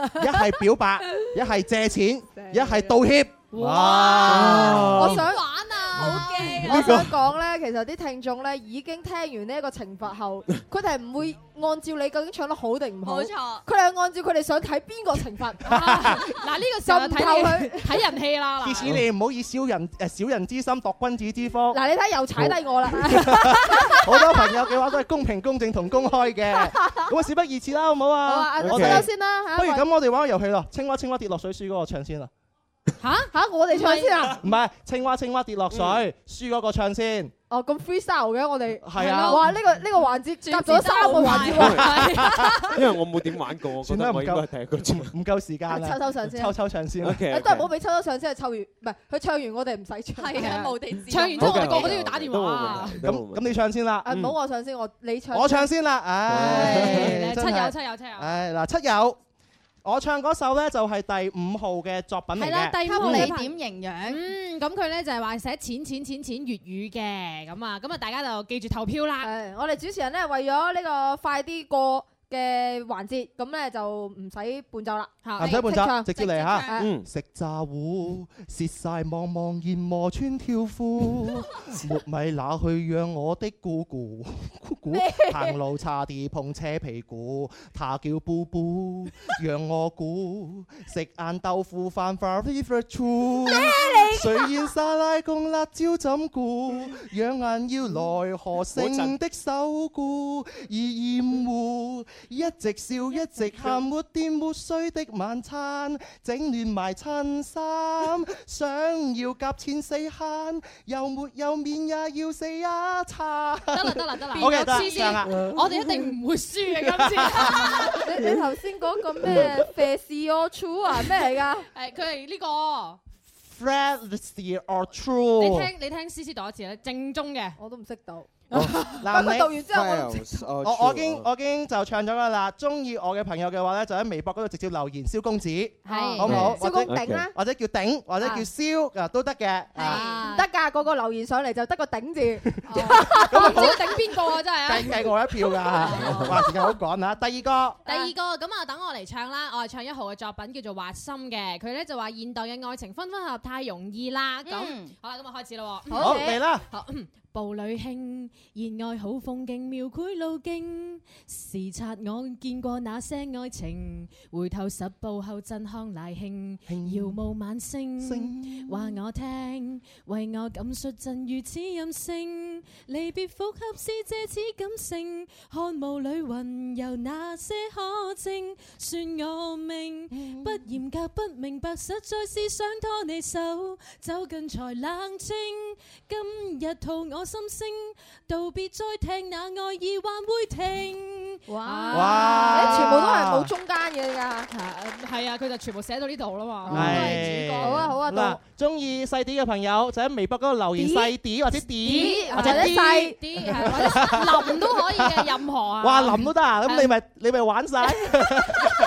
Speaker 5: 係
Speaker 7: 一係表白，一係借錢， 一係道歉。Ờ.
Speaker 6: 哇！我想
Speaker 5: 玩啊，好驚
Speaker 6: 我想講咧，其實啲聽眾咧已經聽完呢一個懲罰後，佢哋係唔會按照你究竟唱得好定唔好，
Speaker 5: 冇錯
Speaker 6: 佢哋係按照佢哋想睇邊個懲罰。
Speaker 5: 嗱呢個時候就
Speaker 6: 就唔
Speaker 5: 睇
Speaker 6: 夠
Speaker 5: 你睇人氣啦。
Speaker 7: 即
Speaker 5: 嗱
Speaker 7: 使你唔好以小人 誒小人之心度君子之腹。
Speaker 6: 嗱，你睇又踩低我啦，
Speaker 7: 好多朋友嘅話都係公平、公正同公 開嘅。咁啊，事不宜遲啦，好唔好
Speaker 6: 好啊，
Speaker 7: 啊？
Speaker 6: 阿
Speaker 7: 我
Speaker 6: 秋秋
Speaker 7: 哋
Speaker 6: 先啦嚇。
Speaker 7: 不如咁，我哋玩個遊戲咯。青蛙青蛙跌落水輸嗰個唱先啦。
Speaker 5: 嚇
Speaker 6: 嚇，我哋唱先啊！
Speaker 7: 唔係青蛙青蛙跌落水，輸嗰個唱先。
Speaker 6: 哦，咁 freestyle 嘅我哋
Speaker 7: 係啊
Speaker 6: 哇！呢個呢個環節夾咗三個環節 喎。
Speaker 15: 因為 我冇點玩過，我覺得我應該係第一個做。
Speaker 7: 唔夠時間啦，
Speaker 6: 秋秋上先
Speaker 7: 秋秋唱先。
Speaker 15: OK，
Speaker 6: 你都係唔好俾秋秋上先，係湊完唔係佢唱完我哋唔使唱。
Speaker 5: 係啊無地
Speaker 6: 自
Speaker 5: 唱完之後，我哋個個都要打電話啊。
Speaker 7: 咁咁你唱先啦
Speaker 6: 啊，。唔好我唱先，我你唱。
Speaker 7: 嗯 我唱先啦，唉，
Speaker 6: 嚟
Speaker 7: 真
Speaker 6: 七
Speaker 7: 係
Speaker 6: 友七友七友
Speaker 7: 唉嗱，七友，我唱嗰首咧就係第五號嘅作品嚟
Speaker 5: 係啦，
Speaker 7: 嘅。
Speaker 5: 第五
Speaker 7: 嗯
Speaker 5: 你點營養？嗯，咁佢咧就係話寫錢錢錢錢粵語嘅，咁啊，咁啊，大家就記住投票啦。
Speaker 6: 係我哋主持人咧，為咗呢個快啲過嘅環節，咁咧就唔使伴奏啦，
Speaker 7: 唔使伴奏，直接嚟嗯
Speaker 6: 係
Speaker 7: 吓。食炸糊，蝕晒望望燕磨穿條 褲，沒米那去讓我的姑姑姑姑
Speaker 6: 咩
Speaker 7: 行路差啲碰車屁股，他叫布布，讓我估食晏豆腐飯 favorite true，水燕沙拉公辣椒怎估？養眼要來何勝的手固而厭惡，一直笑一直喊，沒掂沒衰的晚餐，整亂埋襯衫，想要夾錢四慳，又沒有面也要死一餐。
Speaker 5: 得啦得啦 得啦
Speaker 7: OK，
Speaker 5: 變咗
Speaker 7: 得
Speaker 5: 黐線
Speaker 7: 得啦
Speaker 5: 我哋一定唔會輸嘅今次。
Speaker 6: 你你頭先嗰個咩 f a c i o true 啊咩嚟㗎？
Speaker 5: 誒，佢係呢個，
Speaker 7: Fantasy or
Speaker 5: 你
Speaker 7: true？
Speaker 5: 聽你聽 C C 讀一次咧，正宗嘅。
Speaker 6: 我都唔識讀。
Speaker 7: 嗱，
Speaker 6: 佢
Speaker 7: 你
Speaker 6: 讀完之後我都唔識。
Speaker 7: 我我已經我已經就唱咗噶啦，中意我嘅朋友嘅話咧，就喺微博嗰度直接留言蕭公子，
Speaker 6: 係
Speaker 7: 好唔好？
Speaker 6: 蕭公頂啦
Speaker 7: 或者叫頂，或者叫蕭啊都得嘅。
Speaker 6: 唔得㗎，個個留言上嚟就得個 頂字。哦
Speaker 5: 我唔知佢頂邊個啊，真係啊。
Speaker 7: 計計我一票㗎，話時間好趕啊！第二
Speaker 5: 第二個咁啊，等我嚟唱啦，我係唱一號嘅作品叫做《畫心》嘅，佢咧就話現代嘅愛情分分合合太容易啦，咁
Speaker 6: 嗯
Speaker 5: 好啦，咁啊開始啦喎，
Speaker 7: 個好嚟啦，
Speaker 5: 好，步履輕，熱愛好風景，描繪路徑。視察我見過那些愛情，回頭十步後震康乃興，遙無晚星。話我聽，為我感述盡如此任性，離別復合是借此感性，看霧裏雲有那些可證，算我命。不嚴格不明白，實在是想拖你手，走近才冷清。今日吐我心聲，道別再聽那愛意還會停。哇
Speaker 7: 哇
Speaker 6: 你全部都係冇中間嘅㗎。
Speaker 5: 係啊，佢就全部寫到呢度啦嘛，
Speaker 7: 個
Speaker 5: 都係主角。
Speaker 6: 好啊好啊到
Speaker 7: 嗱，中意細啲嘅朋友就喺微博嗰度留言
Speaker 5: 啲
Speaker 7: 細啲或者
Speaker 5: 啲
Speaker 7: 啲或者
Speaker 6: 或者
Speaker 7: 啲，
Speaker 6: 細
Speaker 5: 啲係或 者林都可以嘅，任何啊。
Speaker 7: 哇林都得啊！咁你咪你咪玩晒。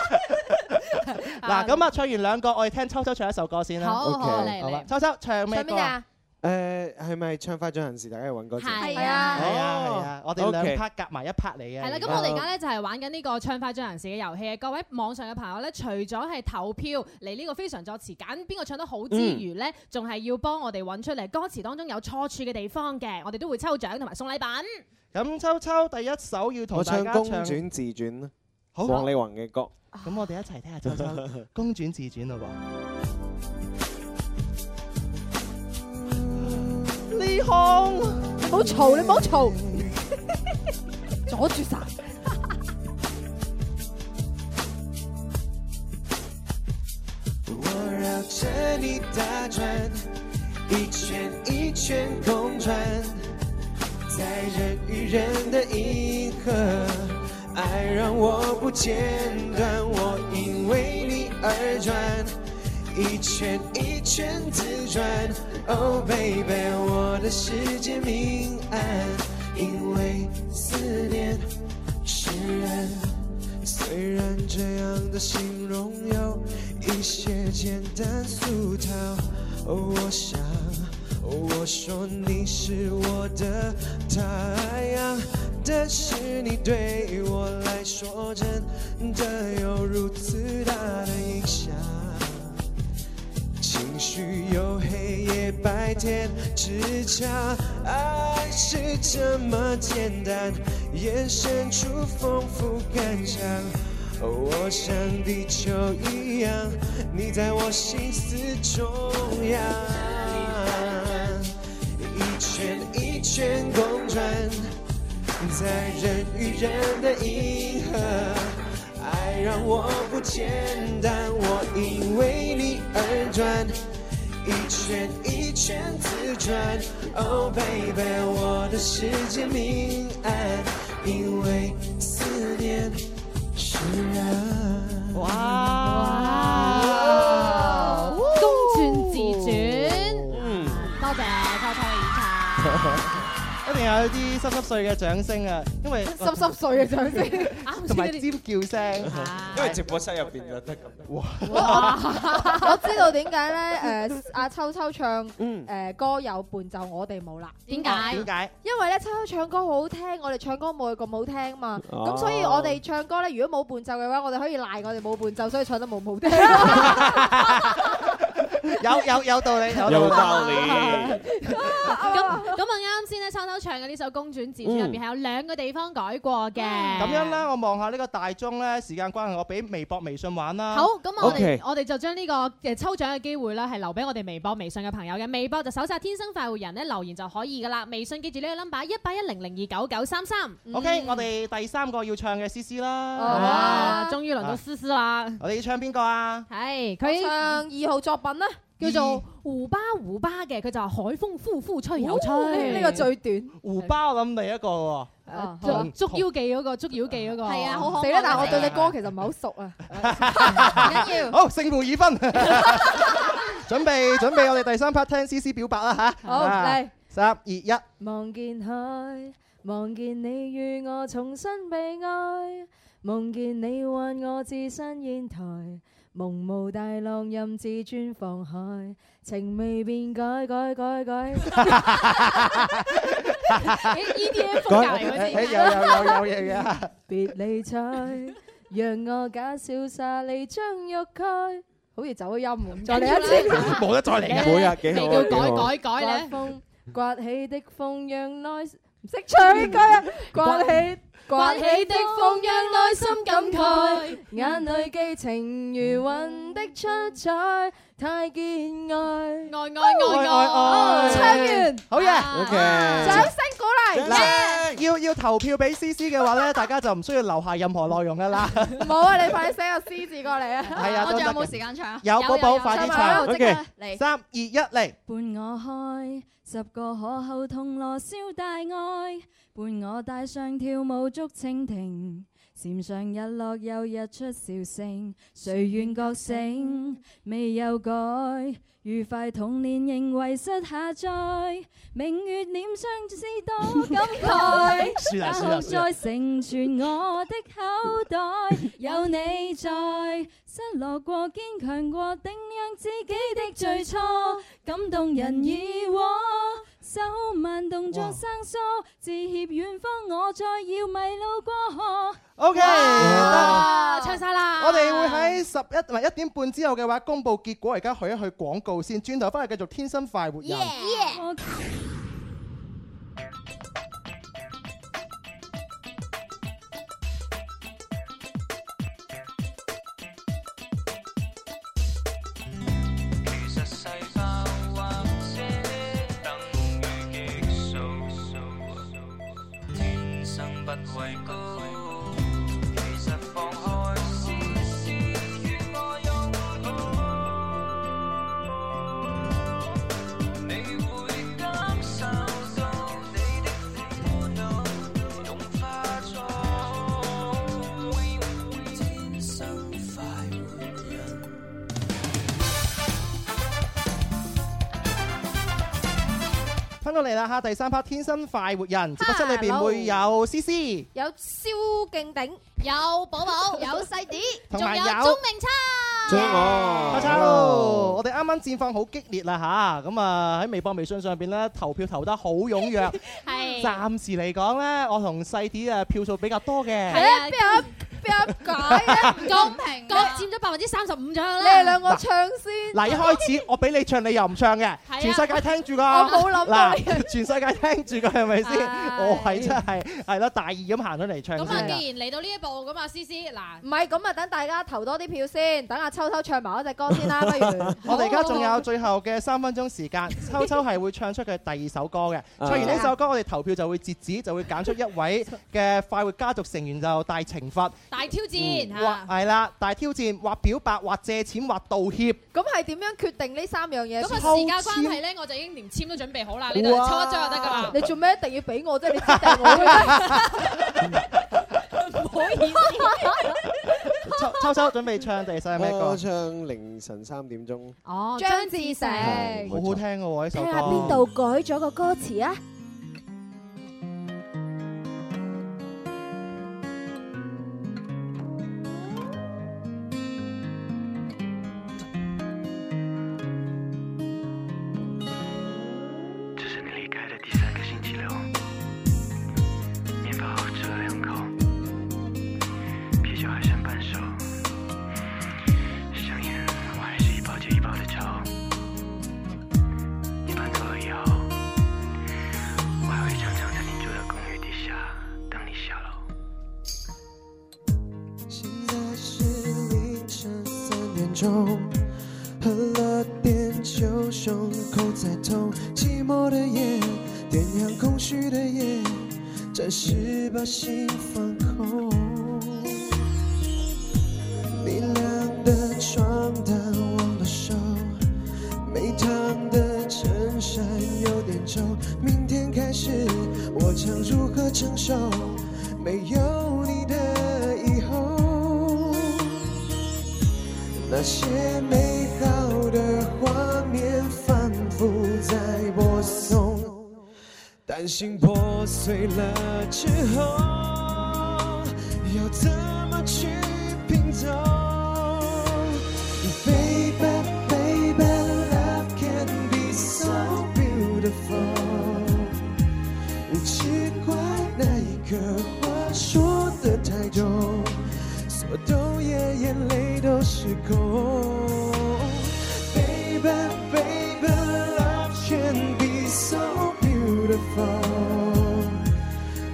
Speaker 7: 嗱，咁啊唱完兩個，我哋聽秋秋唱一首歌先啦。
Speaker 5: 好好
Speaker 15: OK
Speaker 5: 嚟
Speaker 7: 好啦
Speaker 5: 嚟，。
Speaker 7: 秋秋唱咩
Speaker 6: 唱
Speaker 7: 歌
Speaker 6: 邊
Speaker 7: 啊？
Speaker 6: 啊？
Speaker 15: 誒係咪唱快進行時？大家要揾歌詞。
Speaker 5: 係
Speaker 6: 啊
Speaker 7: 係啊係啊，我哋兩
Speaker 15: OK
Speaker 7: part 夾埋一 part 嚟嘅。
Speaker 5: 係啦，咁我哋而家咧就係玩緊呢個唱快進行時嘅遊戲嘅。各位網上嘅朋友咧，除咗係投票嚟呢個非常作詞揀邊個唱得好之餘咧，仲係要幫我哋揾出嚟歌詞當中有錯處嘅地方嘅，我哋都會抽獎同埋送禮品。
Speaker 7: 咁秋秋第一首要同
Speaker 15: 我
Speaker 7: 大
Speaker 15: 唱
Speaker 7: 家
Speaker 15: 公
Speaker 7: 唱，
Speaker 15: 轉自轉啦，
Speaker 7: 好啊
Speaker 15: 王力宏嘅歌。
Speaker 7: 咁我哋一齊聽下秋秋《公轉自轉》咯噃。呢
Speaker 6: 威康，好嘈，你唔好嘈，阻住晒。
Speaker 4: 我绕着你打转，一圈一圈空转，在人与人的银河，爱让我不间断，我因为你而转，一圈一圈自转。Oh baby，我的世界明暗，因为思念使然。虽然这样的形容有一些简单俗套，哦我想，哦我说你是我的太阳，但是你对我来说真的有如此大的影响。情绪有黑夜白天之差，爱是这么简单，眼神处丰富感想。哦我像地球一样，你在我心思中央，一圈一圈公转，在人与人的银河。爱让我不简单，我因为你而转，一圈一圈自转。Oh baby，我的世界明暗，因为思念使然。
Speaker 5: 啊
Speaker 4: 哇！
Speaker 5: 公轉自轉，
Speaker 7: 嗯。
Speaker 5: 多謝秋秋嘅演唱。
Speaker 7: 一定有啲濕濕碎嘅掌聲啊！因 為
Speaker 6: 濕濕碎嘅掌聲
Speaker 7: 同埋尖叫聲。
Speaker 15: 因為直播室入邊就得咁。哇！
Speaker 6: 我知道點解咧？誒，阿秋秋唱誒歌有伴奏，我哋冇啦。
Speaker 5: 點解點解？
Speaker 6: 因為咧，秋秋唱歌好好聽，我哋唱歌冇佢咁好聽嘛。
Speaker 5: 哦
Speaker 6: 咁所以我哋唱歌咧，如果冇伴奏嘅話，我哋可以賴我哋冇伴奏，所以唱得冇咁 好聽。
Speaker 7: 有有有道理，
Speaker 4: 有道理
Speaker 5: 咁咁啊，啱先咧，秋秋唱嘅呢首《公轉自轉》入邊係有兩個地方改過嘅。
Speaker 7: 咁樣啦，我望下呢個大鐘咧，時間關係，我俾微博、微信玩啦。
Speaker 5: 好，咁我哋我哋就將呢個誒抽獎嘅機會啦，係留俾我哋微博、微信嘅朋友嘅。微博就搜晒「天生快活人」咧，留言就可以噶啦。微信記住呢個 number 一八一零零二九九三哦三。
Speaker 7: OK，我哋第三個要唱嘅詩詩啦。
Speaker 5: 哇，終於輪到思思啦。
Speaker 7: 我哋要唱邊個啊？
Speaker 5: 係佢
Speaker 6: 唱二號作品啦，
Speaker 5: 叫做《胡巴胡巴》嘅，佢就話海風呼呼吹又吹。
Speaker 6: 哦呢個最短。
Speaker 7: 胡巴，我諗第一個喎。嗯
Speaker 5: 捉捉妖記嗰個，捉妖記嗰個。
Speaker 6: 係啊好可
Speaker 5: 死
Speaker 6: 愛
Speaker 5: 啦！
Speaker 6: 但係我對你
Speaker 5: 歌
Speaker 6: 其實唔係好熟啊。
Speaker 7: 好，勝負已分。 準備準備，我哋第三 part 聽詩詩表白啦吓。
Speaker 16: 好
Speaker 7: 啊
Speaker 16: 嚟
Speaker 7: 三二一。
Speaker 16: 望見海，望見你與我重新被愛，夢見你挽我置身煙台，夢無大浪任自轉放海，情未變改改改改。
Speaker 5: 呢啲 嘢
Speaker 7: 風格嚟嗰啲改
Speaker 16: 哎
Speaker 7: 有有有有有有
Speaker 16: 別理睬，讓我假瀟灑，你將欲蓋。好似走咗音咁，再嚟一次。
Speaker 7: 冇得再嚟嘅
Speaker 13: 會啊幾好啊你叫改幾好啊改
Speaker 16: 刮
Speaker 13: 改咧
Speaker 16: 風刮起的風，讓內唔識唱呢句啊！刮起
Speaker 5: 刮起的風讓內心感慨
Speaker 16: 眼淚寄情如雲的出彩，太見愛
Speaker 5: 愛
Speaker 7: 哦
Speaker 6: 哦
Speaker 5: 愛愛愛
Speaker 16: 哦唱完
Speaker 7: 好嘢。
Speaker 16: OK
Speaker 6: 掌聲鼓勵。
Speaker 7: 嗱，要要投票俾 C C 嘅話咧，大家就唔需要留下任何內容噶啦。
Speaker 6: 冇啊！你快啲寫個 C 字過嚟啊！
Speaker 7: 係啊我仲有都得嘅冇時
Speaker 16: 間唱
Speaker 7: 有寶寶快啲唱
Speaker 16: 嚟
Speaker 7: 三二一嚟。
Speaker 16: 伴我開十個可口銅鑼燒大愛，伴我帶上跳舞捉蜻蜓，禪上日落又日出笑聲，誰願覺醒未有改，愉快童年仍遺失下載，明月臉上是多感
Speaker 2: 哦
Speaker 16: 慨，
Speaker 7: 啊
Speaker 4: 輸啦
Speaker 16: 然
Speaker 4: 輸啦
Speaker 16: 後
Speaker 4: 輸啦
Speaker 16: 再成全我的口袋，有你在，失落過堅強過，定讓自己的最初感動人耳窩。手慢動作生疏，致歉遠方，我再要迷路過河。
Speaker 7: O K，
Speaker 16: 哇
Speaker 5: 唱晒啦
Speaker 7: 我哋會喺十一唔係一點半之後嘅話公佈結果，而家去一去廣告先，轉頭翻嚟繼續天生快活人。
Speaker 16: 我
Speaker 4: 其實細胞或者等於幾
Speaker 7: 到嚟啦吓，第三 part《天生快活人》直播室裏邊
Speaker 6: Hello
Speaker 7: 會有 C C，
Speaker 6: 有蕭敬鼎，有寶寶，有細子，
Speaker 7: 同埋
Speaker 2: 仲有
Speaker 7: 有
Speaker 2: 鍾明秋
Speaker 7: 仲有我，阿叉我哋啱啱戰況好激烈啦吓，咁啊喺微博、微信上邊咧投票投得好踴 躍，
Speaker 6: 嗯
Speaker 5: 係
Speaker 7: 暫時嚟講咧，我同細啲啊票數比較多嘅，
Speaker 5: 啊，
Speaker 6: 邊有 邊
Speaker 5: 有改公平？各啊佔咗百分之三十五左右啦。
Speaker 6: 啊你哋兩個唱先。
Speaker 7: 嗱，一開始我俾你唱，你又唔唱嘅，
Speaker 5: 啊
Speaker 7: 全世界聽住㗎。
Speaker 6: 我冇諗到
Speaker 7: 嗱，全世界聽住㗎，係咪先？
Speaker 6: 啊
Speaker 7: 我係真係係咯，大義咁行咗嚟唱
Speaker 5: 咁啊，
Speaker 7: 先啦。
Speaker 5: 既然嚟到呢一步咁啊，思思嗱，
Speaker 6: 唔係咁啊，等大家投多啲票先，等阿秋秋唱埋嗰只歌 先啦，不如
Speaker 7: 我哋而家仲有最後嘅三分鐘時間， 秋秋係會唱出佢第二首歌嘅。唱完呢首歌，我哋投票就會截止，就會揀出一位嘅快活家族成員就大懲罰。
Speaker 5: 大挑戰
Speaker 7: 或
Speaker 6: 啊
Speaker 5: 嚇。
Speaker 7: 係啦，大挑戰，或表白，或借錢，或道歉。
Speaker 6: 咁係點樣決定呢三樣嘢？
Speaker 5: 咁啊，時間關係咧，我就已經連簽都準備好啦，你就抽一
Speaker 6: 哇
Speaker 5: 張就得㗎啦。
Speaker 6: 你做咩一定要俾我啫？你知定我嘅咩？唔好 意思，
Speaker 7: 秋秋秋準備唱第四係咩歌？
Speaker 15: 我唱凌晨三點鐘。
Speaker 5: 哦
Speaker 6: 張志成。
Speaker 7: 好好聽嘅喎呢首歌。
Speaker 2: 改咗個歌詞啊？
Speaker 17: 这是你离开的第三个星期六，面包吃了两口，啤酒还剩半手，香烟我还是一包接一包的抽。你搬走了以后，我还会常常在你住的公寓地下等你下楼。
Speaker 4: 现在是凌晨三点钟，喝了点酒，胸口在痛，寂寞的夜，点亮空虚的夜，暂时把心放空。你亮的床单忘了收，没烫的衬衫有点皱，明天开始我将如何承受？没有你的以后，那些美好的画面反复在播送，担心破碎了之后要怎么去拼凑？Baby, baby, love can be so beautiful. 奇怪，那一刻话说的太重，所有眼眼泪都失控。Baby, baby, love can be so beautiful。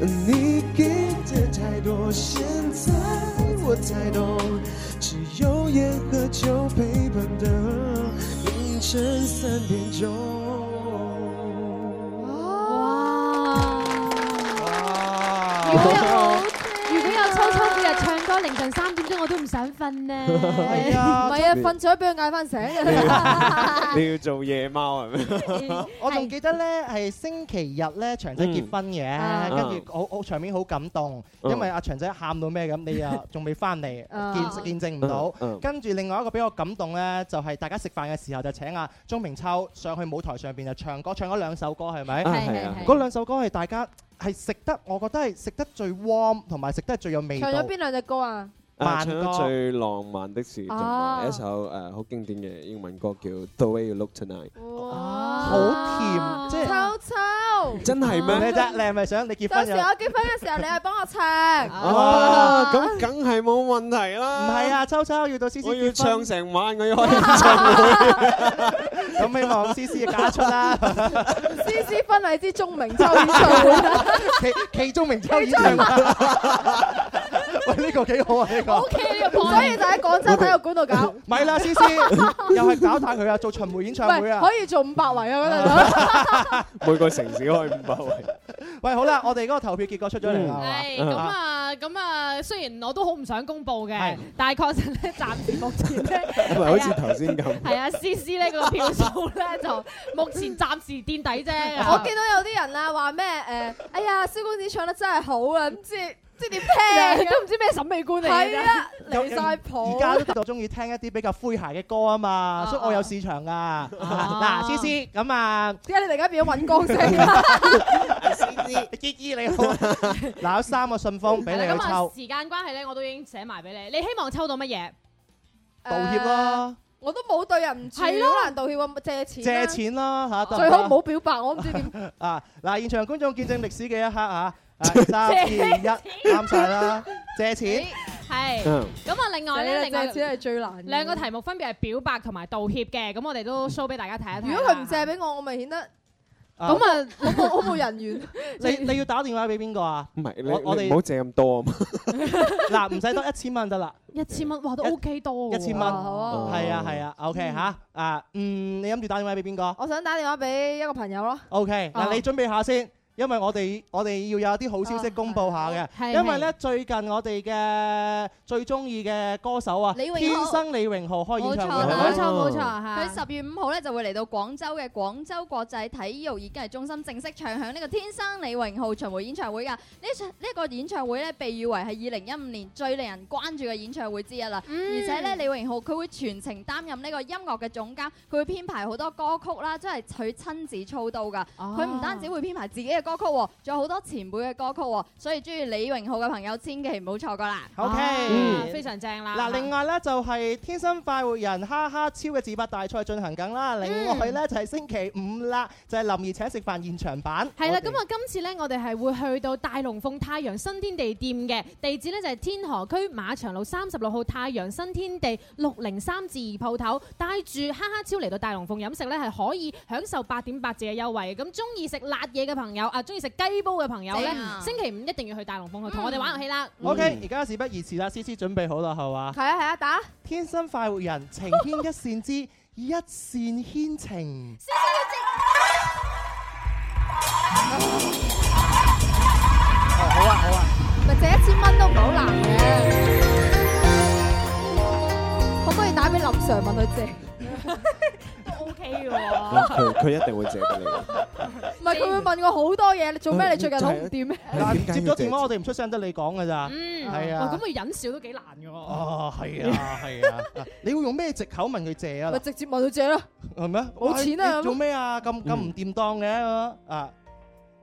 Speaker 4: 你给的太多，现在我才懂，只有烟和酒陪伴的凌晨三点钟。啊
Speaker 5: 如果有如果有秋秋每日唱歌凌晨三點鐘，我都唔想瞓咧。
Speaker 6: 係啊唔係啊，瞓咗俾佢嗌翻醒
Speaker 15: 你要做夜貓 係咪？
Speaker 7: 我仲記得咧，係星期日咧，長仔結婚嘅，
Speaker 15: 嗯
Speaker 7: 跟住好好場面好感動，
Speaker 15: 嗯
Speaker 7: 因為阿長仔喊到咩咁，你又仲未翻 嚟，
Speaker 15: 啊
Speaker 7: 見見證唔到
Speaker 15: 嗯。嗯
Speaker 7: 跟住另外一個比較感動咧，就係大家食飯嘅時候就請阿鐘明秋上去舞台上邊就唱歌，唱咗兩首歌係咪？
Speaker 15: 啊係係啊係
Speaker 7: 嗰兩首歌係大家係食得，我覺得係食得最 warm 同埋食得最有味道
Speaker 6: 唱。咗邊兩隻歌啊？
Speaker 15: 啊
Speaker 7: 慢
Speaker 15: 唱咗
Speaker 7: 歌
Speaker 15: 最浪漫的事，同埋
Speaker 6: 啊
Speaker 15: 一首誒好經典嘅英文歌叫《The Way You Look Tonight》。
Speaker 7: 好甜，即係
Speaker 6: 秋秋，
Speaker 15: 真係咩
Speaker 7: 你啫，你係咪想你結
Speaker 6: 到
Speaker 7: 婚
Speaker 6: 時
Speaker 7: 有
Speaker 6: 我？結婚嘅時候，你係幫 我唱。
Speaker 15: 啊，
Speaker 7: 哦
Speaker 15: 咁梗係冇問題啦。
Speaker 7: 唔係，啊，秋秋要到 C C
Speaker 15: 我要
Speaker 7: 結婚
Speaker 15: 唱成晚，我要開演唱會。
Speaker 7: 咁希望 C C 嘅嫁出 啦，
Speaker 6: C C 婚禮之鐘明秋演唱會啦，
Speaker 7: 其其中明秋演唱會。喂，呢個幾好啊！呢個
Speaker 6: OK 呢個 point 所以就喺廣州體育館度搞，
Speaker 7: 唔係啦，C C 又係搞大佢啊，做巡迴演唱會
Speaker 6: 喂，
Speaker 7: 啊！
Speaker 6: 可以做五百圍啊
Speaker 15: 每個城市開五百位。
Speaker 7: 喂，好啦，我哋嗰個投票結果出咗嚟啦，
Speaker 5: 係
Speaker 7: 係
Speaker 5: 咁
Speaker 7: 嘛
Speaker 5: 啊，咁啊，雖然我都好唔想公佈嘅
Speaker 7: 係，
Speaker 5: 但係確實咧，暫時目前咧，
Speaker 15: 唔係好似頭先咁。
Speaker 5: 係啊，思思咧個票數咧 就目前暫時墊底啫。
Speaker 6: 啊嗰陣。我見到有啲人啊話咩誒，哎呀，蕭公子唱得真係好啊，唔知。知點聽，
Speaker 4: 都唔知咩審美觀嚟㗎
Speaker 6: 係啊，
Speaker 7: 有
Speaker 6: 離晒譜。
Speaker 7: 而家都就中意聽一啲比較詼諧嘅歌啊嘛，所以我有市場噶。嗱，C C 咁啊，
Speaker 6: 點解你哋而家變咗揾歌聲？
Speaker 7: 依依你好，嗱有三個信封俾你
Speaker 4: 咁
Speaker 7: 去
Speaker 4: 啊，
Speaker 7: 抽，
Speaker 4: 時間關係咧，我都已經寫埋俾你。你希望抽到乜嘢？
Speaker 7: 道歉啦，
Speaker 6: 啊我都冇對人唔住，好
Speaker 4: 係咯
Speaker 6: 難道歉喎，借錢
Speaker 7: 借
Speaker 6: 啦
Speaker 7: 錢啦嚇，得唔得
Speaker 6: 啊最好唔好表白，我唔知點。
Speaker 7: 啊！嗱，現場觀眾見證歷史嘅一刻啊！ 啊三二一，啱晒啦！借錢，
Speaker 4: 係。
Speaker 7: 嗯
Speaker 4: 咁啊，另外咧，
Speaker 6: 借
Speaker 4: 另外
Speaker 6: 錢係最難。
Speaker 4: 兩個題目分別係表白同埋道歉嘅，咁我哋都 show 俾大家睇一睇啦。
Speaker 6: 如果佢唔借俾我，我咪顯得
Speaker 7: 啊
Speaker 6: 啊，好冇好冇人緣。
Speaker 7: 你 你要打電話俾邊個啊？
Speaker 15: 唔係你
Speaker 7: 我我
Speaker 15: 你
Speaker 7: 哋
Speaker 15: 唔好借咁多啊嘛。
Speaker 7: 嗱，唔使多一千蚊得 啦，
Speaker 4: 一千蚊，哇，都 OK 多
Speaker 7: 一
Speaker 4: 喎
Speaker 7: 千蚊，
Speaker 6: 哦
Speaker 7: 係啊係啊，OK 吓啊，嗯，你諗住打電話俾邊個
Speaker 6: 我想打電話俾一個朋友咯。
Speaker 7: ？OK，
Speaker 6: 啊
Speaker 7: 嗱，你準備下先。因為我哋我哋要有啲好消息公佈下嘅，
Speaker 6: 哦係
Speaker 7: 因為咧最近我哋嘅最中意嘅歌手啊，
Speaker 18: 李榮浩
Speaker 7: 天生李榮浩開演唱會，
Speaker 18: 冇錯
Speaker 7: 係咪
Speaker 18: 冇錯冇錯
Speaker 4: 嚇
Speaker 18: 佢十月五號咧就會嚟到廣州嘅廣州國際體育演藝中心正式唱響呢個《天生李榮浩》巡迴演唱會㗎。呢場呢個演唱會咧被譽為係二零一五年最令人關注嘅演唱會之一啦。
Speaker 4: 嗯
Speaker 18: 而且咧李榮浩佢會全程擔任呢個音樂嘅總監，佢會編排好多歌曲啦，即係佢親自操刀㗎。
Speaker 4: 哦
Speaker 18: 佢唔單止會編排自己嘅歌曲喎，仲有好多前輩嘅歌曲喎。所以中意李榮浩嘅朋友千祈唔好錯過啦。
Speaker 7: OK
Speaker 4: 啊非常正啦。
Speaker 7: 嗱，另外咧就係天生快活人哈哈超嘅自拍大賽進行緊
Speaker 4: 嗯
Speaker 7: 啦，另外咧就係星期五啦，就係林兒請食飯現場版。
Speaker 4: 係啦，
Speaker 7: 我哋
Speaker 4: 咁啊，今次咧，我哋係會去到大龍鳳太陽新天地店嘅地址咧，就係天河區馬場路三十六號太陽新天地六零三至二鋪頭，帶住哈哈超嚟到大龍鳳飲食咧，係可以享受八點八折嘅優惠嘅。咁中意食辣嘢嘅朋友啊，中意食雞煲嘅朋友咧
Speaker 6: 正啊，
Speaker 4: 星期五一定要去大龍鳳去同
Speaker 19: 嗯
Speaker 4: 我哋玩遊戲啦。
Speaker 7: 嗯 OK，而家事不宜遲啦，C C 準備好啦，係嘛？
Speaker 6: 係啊係啊，打
Speaker 7: 天生快活人，情牽一線之一線牽情。
Speaker 6: 好啊好啊，咪借一千蚊都唔係好難嘅。可唔可以打俾林 Sir 問佢借？
Speaker 4: 都 OK 喎。
Speaker 15: 嗱佢佢一定會借俾你嘅。
Speaker 6: 唔係佢會問我好多嘢，你做咩你
Speaker 15: 嗯
Speaker 6: 最近好唔掂咩？
Speaker 7: 嗱，接咗電話我哋唔出聲，得你講㗎咋。
Speaker 4: 嗯，
Speaker 7: 係
Speaker 4: 哇
Speaker 15: 哦
Speaker 7: 啊
Speaker 4: 咁。佢忍笑都幾難嘅喎。
Speaker 7: 哦，係 啊，係啊，啊你會用咩藉口問佢借啊
Speaker 6: 咪？直接問佢借咯。
Speaker 7: 係咩？
Speaker 6: 冇錢啊
Speaker 7: 哇你
Speaker 6: 咁
Speaker 7: 做咩啊？咁咁唔掂當嘅啊！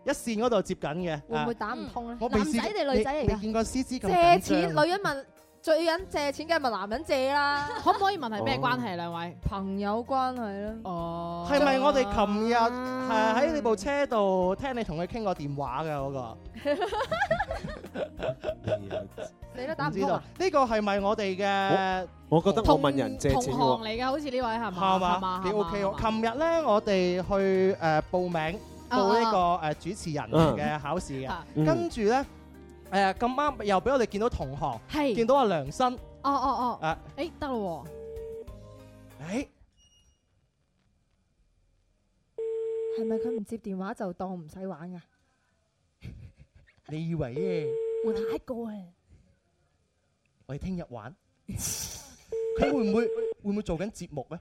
Speaker 7: 一線嗰度接緊嘅，
Speaker 6: 會唔會
Speaker 7: 啊
Speaker 6: 打唔通咧？
Speaker 7: 我未試過你你見過 C C 咁
Speaker 6: 借
Speaker 7: 緊
Speaker 6: 錢，
Speaker 7: 張
Speaker 6: 女人問最緊借錢，梗係問男人借啦。
Speaker 4: 可唔可以問係咩關係？兩位
Speaker 6: 朋友關係啦。
Speaker 4: 哦
Speaker 7: 係咪我哋琴日係喺你部車度聽你同佢傾過電話嘅嗰個？
Speaker 6: 你都打
Speaker 7: 唔
Speaker 6: 唔
Speaker 7: 知
Speaker 6: 通
Speaker 7: 道
Speaker 6: 啊？
Speaker 7: 呢個係咪我哋嘅
Speaker 15: 我覺得我問人借錢
Speaker 4: 同
Speaker 15: 喎
Speaker 4: 行，嚟嘅，好似呢位係嘛？
Speaker 7: 係
Speaker 4: 係
Speaker 7: 嘛？
Speaker 4: 嘛？
Speaker 7: 幾
Speaker 4: 係嘛
Speaker 7: OK 喎！琴日咧，我哋去誒報名報呢個誒主持人嘅考試嘅
Speaker 4: 啊，
Speaker 15: 嗯
Speaker 7: 跟住咧誒咁啱又俾我哋見到同行，
Speaker 4: 係
Speaker 7: 見到阿梁生
Speaker 4: 哦哦
Speaker 7: 誒。
Speaker 4: 哦，誒得咯
Speaker 7: 誒，
Speaker 6: 係咪佢唔接電話就當唔使玩噶？
Speaker 7: 你以為咧？
Speaker 6: 換下一個啊！
Speaker 7: 我哋聽日玩，佢會唔會會唔會做緊節目咧？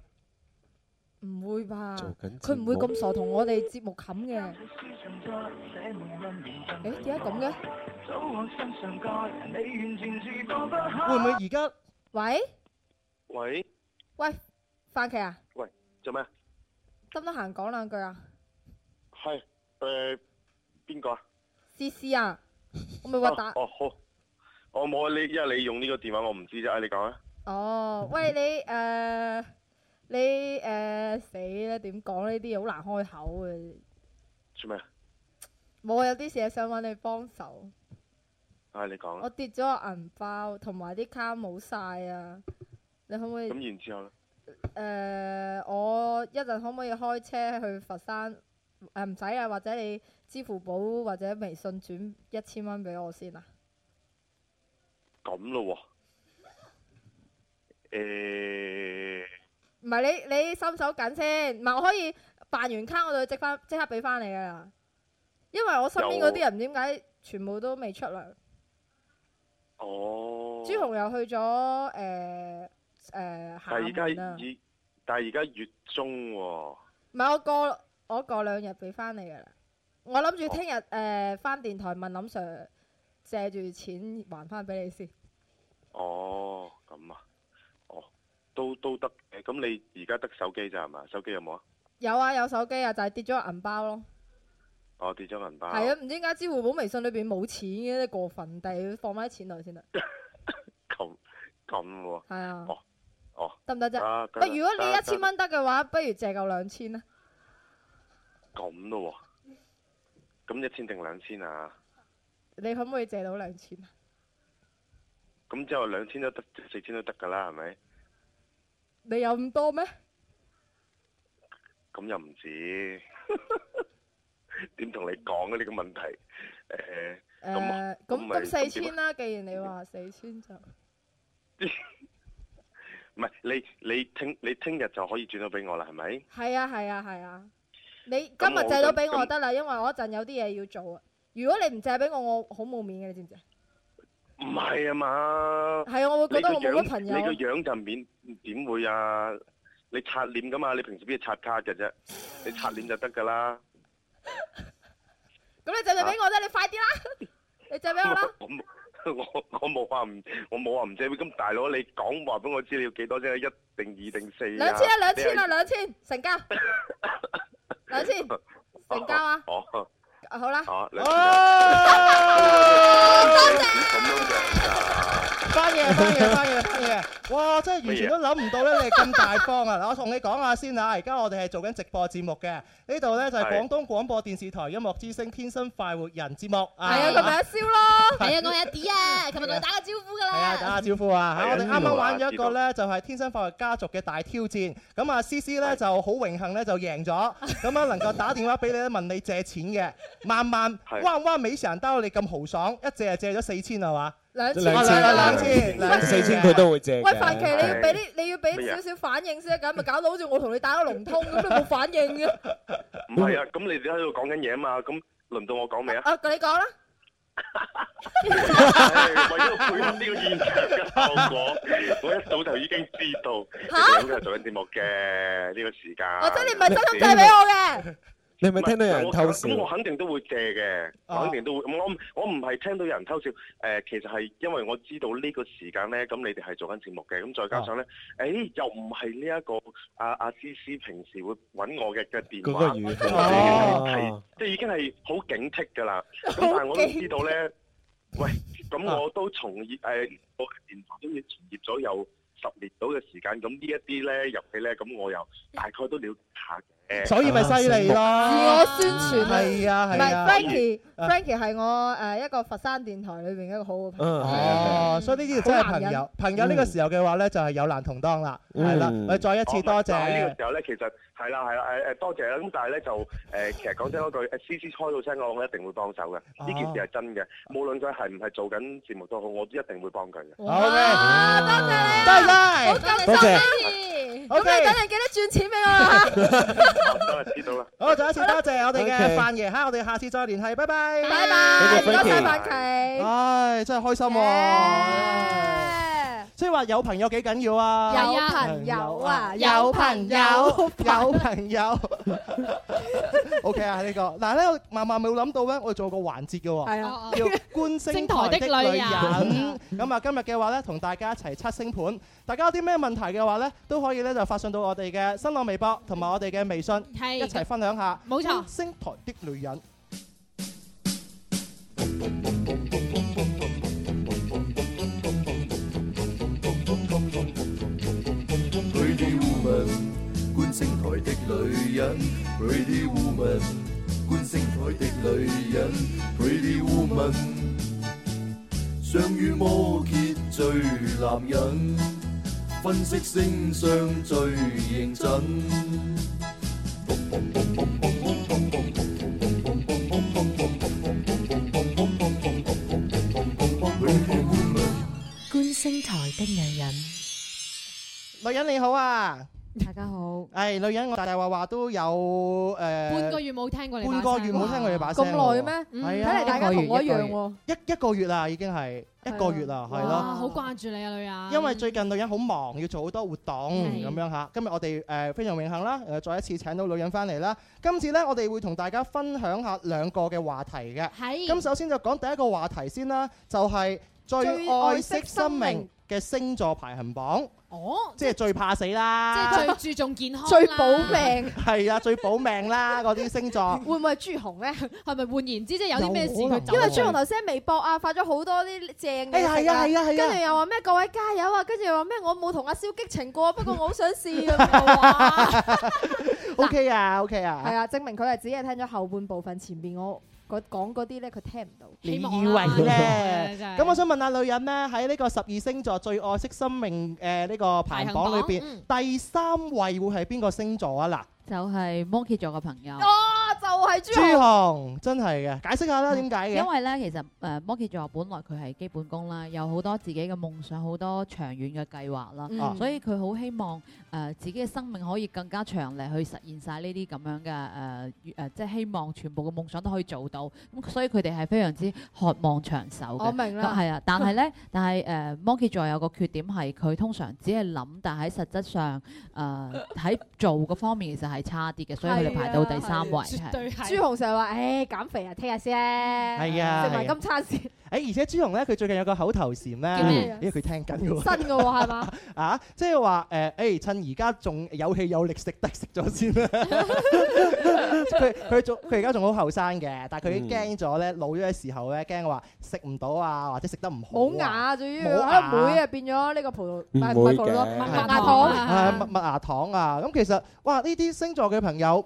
Speaker 6: 唔會吧
Speaker 7: 做緊節目？
Speaker 6: 佢唔會咁傻同我哋節目冚嘅。誒點解咁嘅？
Speaker 7: 會唔會而家？
Speaker 6: 喂
Speaker 20: 喂
Speaker 6: 喂，范琪啊，
Speaker 20: 喂，做咩？
Speaker 6: 得唔得閒講兩句啊？
Speaker 20: 系诶边个啊？
Speaker 6: 思思啊，我咪話打
Speaker 20: 哦好，我冇啊你，因為你用呢個電話我唔知啫，啊你講啊。
Speaker 6: 哦。喂你誒你誒死啦！點講呢啲嘢好難開口嘅。
Speaker 20: 做咩啊？
Speaker 6: 我有啲嘢想揾你幫手。
Speaker 20: 啊你講
Speaker 6: 我
Speaker 20: 啊。
Speaker 6: 跌咗個銀包，同埋啲卡冇晒啊！你可唔可以
Speaker 20: 咁
Speaker 6: 誒、
Speaker 20: 然之後咧？
Speaker 6: 呃我一陣可唔可以開車去佛山？誒唔使啊，或者你支付寶或者微信轉一千蚊俾我先啊！
Speaker 20: 咁咯喎。誒
Speaker 6: 唔係你你收唔手緊先，唔係我可以辦完卡我就即翻即刻俾翻你噶啦，因為我身邊嗰啲人唔知點解全部都未出糧。
Speaker 20: 哦。
Speaker 6: 朱紅又去咗誒誒
Speaker 20: 但係
Speaker 6: 廈
Speaker 20: 而
Speaker 6: 門
Speaker 20: 家
Speaker 6: 啊，
Speaker 20: 而但係而家月中喎。
Speaker 6: 唔係我過
Speaker 20: 哦
Speaker 6: 呃我過兩日俾翻你噶啦。我諗住聽日誒翻電台問林 Sir 借住錢還翻俾你先。
Speaker 20: 哦，咁啊，哦，都都得嘅。咁你而家得手機咋係嘛？手機有冇啊？
Speaker 6: 有啊，有手機啊，就係跌咗個銀包咯。
Speaker 20: 哦，跌咗銀包。
Speaker 6: 係啊，唔知點解支付寶、微信裏邊冇錢嘅，過分地放翻啲錢啊落去先得。
Speaker 20: 咁咁喎。
Speaker 6: 係啊，
Speaker 20: 哦，
Speaker 6: 得唔得啫？
Speaker 20: 啊
Speaker 6: 不，如果你
Speaker 20: 得
Speaker 6: 一千蚊得嘅話，不如借夠兩千啊啦。
Speaker 20: 咁咯喎，咁一千定兩千啊？
Speaker 6: 你可唔可以借到兩千啊？
Speaker 20: 咁之後兩千都得，四千都得㗎啦，係咪？
Speaker 6: 你有咁多咩？
Speaker 20: 咁又唔止， 點同你講啊？呢個問題，誒、
Speaker 6: 誒，
Speaker 20: 咁啊
Speaker 6: 咁
Speaker 20: 咪
Speaker 6: 咁四千
Speaker 20: 點啊
Speaker 6: 啦。既然你話四千就
Speaker 20: 唔係你你聽你聽日就可以轉到俾我啦，係咪？
Speaker 6: 係啊，係啊，係啊。你
Speaker 20: 咁
Speaker 6: 今日
Speaker 20: 我
Speaker 6: 借
Speaker 20: 咁
Speaker 6: 到俾我
Speaker 20: 咁
Speaker 6: 得啦，因為我一陣有啲嘢要做啊。如果你唔借俾我，我好冇面嘅，你知唔知啊？
Speaker 20: 唔係啊嘛，
Speaker 6: 係啊我會覺得
Speaker 20: 你個
Speaker 6: 我冇乜
Speaker 20: 樣
Speaker 6: 朋友
Speaker 20: 你個樣就免點會啊？你刷臉㗎嘛？你平時邊度刷卡嘅啫？你刷臉就得㗎啦。
Speaker 6: 咁你借
Speaker 20: 啊
Speaker 6: 咗俾我啫，你快啲啦！你借俾我啦！
Speaker 20: 我冇我我冇話唔我冇話唔借俾，咁大佬你講話俾我知你要幾多啫？一定二定四啊？
Speaker 6: 兩千啊，兩千啊，
Speaker 20: 你係
Speaker 6: 兩千，成交，兩千，成交啊！
Speaker 20: 哦，
Speaker 6: 啊好啦，
Speaker 20: 哦，兩千
Speaker 6: 哦多謝
Speaker 20: 咁樣樣㗎。
Speaker 7: 翻嘢翻嘢翻嘢翻嘢！哇，真係完全都諗唔到咧，你係咁大方啊！嗱，我同你講下先啊，而家我哋係做緊直播節目嘅，呢度咧就係
Speaker 6: 係
Speaker 7: 廣東廣播電視台音樂之聲《天生快活人》節目啊！
Speaker 19: 係啊
Speaker 6: 咁咪一燒咯。
Speaker 19: 係啊，我係阿 D 啊，琴日同佢打個招呼㗎
Speaker 7: 係啊，打
Speaker 19: 啦。
Speaker 7: 下招呼啊！
Speaker 19: 係啊
Speaker 7: 我哋啱啱玩咗一
Speaker 19: 知
Speaker 7: 個
Speaker 19: 道
Speaker 7: 咧，就係天生快活家族嘅大挑戰。咁啊，思思咧就好榮幸咧就贏咗，咁啊能夠打電話俾你咧問你借錢嘅，萬萬
Speaker 12: 係
Speaker 7: 哇哇美成兜你咁豪爽，一借就借咗四千係嘛？
Speaker 6: 兩
Speaker 15: 千
Speaker 7: 啊兩兩千，兩
Speaker 15: 四千佢都會借嘅。
Speaker 6: 喂，凡奇，你
Speaker 15: Ờ.
Speaker 6: 要俾啲，你要俾
Speaker 20: 乜嘢
Speaker 6: 少少反應先得㗎，咁咪搞到好似我同你打咗龍通咁，你冇反應嘅。
Speaker 20: 唔係啊，咁你哋喺度講緊嘢啊嘛，咁輪到我講未啊？
Speaker 6: 啊，你講啦。
Speaker 20: 係為咗配合呢個現場嘅效果，我一早就已經知道
Speaker 6: 嚇
Speaker 20: 你哋應該係做緊節目嘅呢個時間。
Speaker 6: 哦，即係你唔係真心借俾我嘅。
Speaker 15: 你係咪聽到有人偷笑
Speaker 20: 咁？我肯定都會借嘅，
Speaker 15: 啊
Speaker 20: 我肯定都會。咁我唔我唔係聽到有人偷笑，誒、其實係因為我知道呢個時間咧，咁你哋係做緊節目嘅，咁再加上咧，誒、
Speaker 15: 啊
Speaker 20: 又唔係呢一個阿阿芝芝平時會揾我嘅嘅電
Speaker 15: 嗰
Speaker 20: 話，
Speaker 15: 個語氣哦
Speaker 20: 咁我已經係即係已經係好警惕㗎 啦。咁但係我都知道咧，喂，
Speaker 7: 啊
Speaker 20: 咁我都從業誒、我嘅電台都要從業咗有十年到嘅時間，咁呢一啲咧遊戲咧，咁我又大概都了解下嘅。
Speaker 7: 所以咪犀利咯！
Speaker 6: 自我宣傳啊
Speaker 7: 係啊
Speaker 4: à,
Speaker 6: 唔
Speaker 7: 係
Speaker 6: 係
Speaker 7: 啊
Speaker 6: Frankie，Frankie 係我誒一個佛山電台裏邊一個好好
Speaker 7: Ờ.
Speaker 6: 嘅朋友。
Speaker 7: 哦，所以呢啲真係
Speaker 6: 好男
Speaker 7: 朋
Speaker 6: 人
Speaker 7: 友，朋友呢個時候嘅話咧就係有難同當啦，係啦，
Speaker 20: 嗯
Speaker 7: 我哋再一次多
Speaker 6: 哦
Speaker 20: 嗱呢
Speaker 7: 謝
Speaker 20: 個。時候咧，其實係啦係啦誒誒，多謝啦。咁但係咧就誒、其實講真嗰句，誒 C C 開到聲我，我一定會幫手
Speaker 7: 啊
Speaker 20: 嘅。呢件事係真嘅，無論佢係唔係做緊節目都好，我都一定會幫佢嘅。
Speaker 7: 好 嘅，多謝你，多謝，多
Speaker 6: 好感動
Speaker 7: 謝
Speaker 6: 啊！Frankie 咁你等陣記得轉錢俾我啦。
Speaker 20: 知道啦。
Speaker 7: 好，再一次多謝我哋
Speaker 15: OK
Speaker 7: 嘅范爺哈，我哋下次再聯繫，拜拜，
Speaker 6: 拜拜多謝唔該晒 Frankie 范琪
Speaker 7: 唉，真係開心喎，即係話有朋友幾緊要啊，
Speaker 6: 有朋友啊
Speaker 7: 有朋友
Speaker 6: 有，
Speaker 7: 有朋友 ，OK 啊呢個，嗱呢個萬萬冇諗到咧，我哋做個環節嘅喎，
Speaker 6: 係啊
Speaker 7: 叫觀星台的女人，咁啊今日嘅話咧，同大家一齊七星盤，大家有啲咩問題嘅話咧，都可以咧就發信到我哋嘅新浪微博同埋我哋嘅微信，一齊分享下，冇錯，星台的女人。
Speaker 14: Pretty Woman，觀星台的女人，Pretty Woman，觀星台的女人，Pretty Woman，相遇摩羯最男人，分析星相最認真。
Speaker 21: 观星台的女人。
Speaker 7: 女人你好啊，
Speaker 16: 大家好。
Speaker 7: 誒女人，我大大話話都有誒
Speaker 4: 半個月冇聽過你把
Speaker 7: 呃半
Speaker 4: 聲，
Speaker 7: 個月冇聽過你把聲
Speaker 4: 咁
Speaker 7: 喎
Speaker 4: 耐咩
Speaker 7: 嗯係
Speaker 4: 睇嚟
Speaker 7: 啊，
Speaker 4: 大家同我一樣喎
Speaker 7: 一個月。一一個月啦，已經係一個月啦，係
Speaker 4: 哇好
Speaker 7: 咯。
Speaker 4: 掛住你啊，女人。
Speaker 7: 因為最近女人好忙，要做好多活動
Speaker 4: 係
Speaker 7: 咁樣嚇。今日我哋誒非常榮幸啦，誒再一次請到女人翻嚟啦。今次呢，我哋會同大家分享下兩個嘅話題嘅。
Speaker 4: 係
Speaker 7: 咁首先就講第一個話題先啦，就係最
Speaker 4: 最
Speaker 7: 愛
Speaker 4: 愛
Speaker 7: 惜
Speaker 4: 惜
Speaker 7: 生
Speaker 4: 生
Speaker 7: 命
Speaker 4: 命
Speaker 7: 嘅星座排行榜。
Speaker 4: 哦，
Speaker 7: 即係最怕死啦，
Speaker 4: 即係最注重健康啦，
Speaker 7: 係啊，最保命啦，嗰啲星座。
Speaker 6: 會唔會係朱紅咧？
Speaker 4: 係咪換言之，即係有啲咩事
Speaker 7: 有可
Speaker 4: 佢
Speaker 7: 能
Speaker 4: 走
Speaker 6: 因為朱紅頭先喺微博啊發咗好多啲正嘅
Speaker 7: 哎呀
Speaker 6: 嘢食
Speaker 7: 係啊係啊係啊
Speaker 6: 跟住又話咩各位加油啊，跟住又話咩我冇同阿蕭激情過，不過我好想試咁樣
Speaker 7: O K 啊，O K 啊，
Speaker 6: 係啊，證明佢係只係聽咗後半部分，前邊我嗰講嗰啲咧佢聽唔到。
Speaker 7: 你以為
Speaker 4: 啊
Speaker 7: 咧？
Speaker 6: 真係
Speaker 7: 咁我想問下女人咧，喺呢個十二星座最愛惜生命誒呢個排行榜裏邊，第三位會係邊個星座啊？嗱，
Speaker 21: 就係摩羯座嘅朋友。
Speaker 6: 哦，就係朱
Speaker 7: 朱
Speaker 6: 紅。
Speaker 7: 紅真係嘅，解釋下啦，點解嘅？
Speaker 21: 因為咧，其實誒摩羯座本來佢係基本功啦，有好多自己嘅夢想，好多長遠嘅計劃啦，
Speaker 7: 嗯
Speaker 21: 所以佢好希望誒、呃自己嘅生命可以更加長嚟去實現晒呢啲咁樣嘅誒誒，即係希望全部嘅夢想都可以做到。咁所以佢哋係非常之渴望長壽嘅。
Speaker 6: 我明啦
Speaker 21: 咁係啊，但係咧，但係誒摩羯座有個缺點係佢通常只係諗，但喺實質上誒喺、做嗰方面其實係差啲嘅，
Speaker 4: 啊
Speaker 21: 所以佢哋排到第三位。係
Speaker 6: 朱紅成日話：，誒減肥啊，聽日先。
Speaker 7: 係啊
Speaker 6: 食埋今 餐先，
Speaker 7: 誒，而且朱紅咧，佢最近有個口頭禪咧，咦，佢聽緊嘅喎。
Speaker 6: 新嘅喎係嘛？
Speaker 7: 啊，即係話誒，誒、趁而家仲有氣有力食得食咗先啦。 佢佢仲佢而家仲好後生嘅，但係佢
Speaker 6: 嗯
Speaker 7: 驚咗咧，老咗嘅時候咧，驚話食唔到啊，或者食得唔好、
Speaker 6: 冇牙最緊要，
Speaker 7: 冇
Speaker 6: 可
Speaker 7: 牙
Speaker 6: 能妹啊變咗呢個葡萄，
Speaker 7: 唔
Speaker 6: 係
Speaker 7: 會
Speaker 6: 係葡萄咯，
Speaker 7: 嘅
Speaker 6: 麥
Speaker 7: 係
Speaker 6: 芽糖。
Speaker 7: 啊，麥麥芽糖啊，咁其實哇，呢啲星座嘅朋友。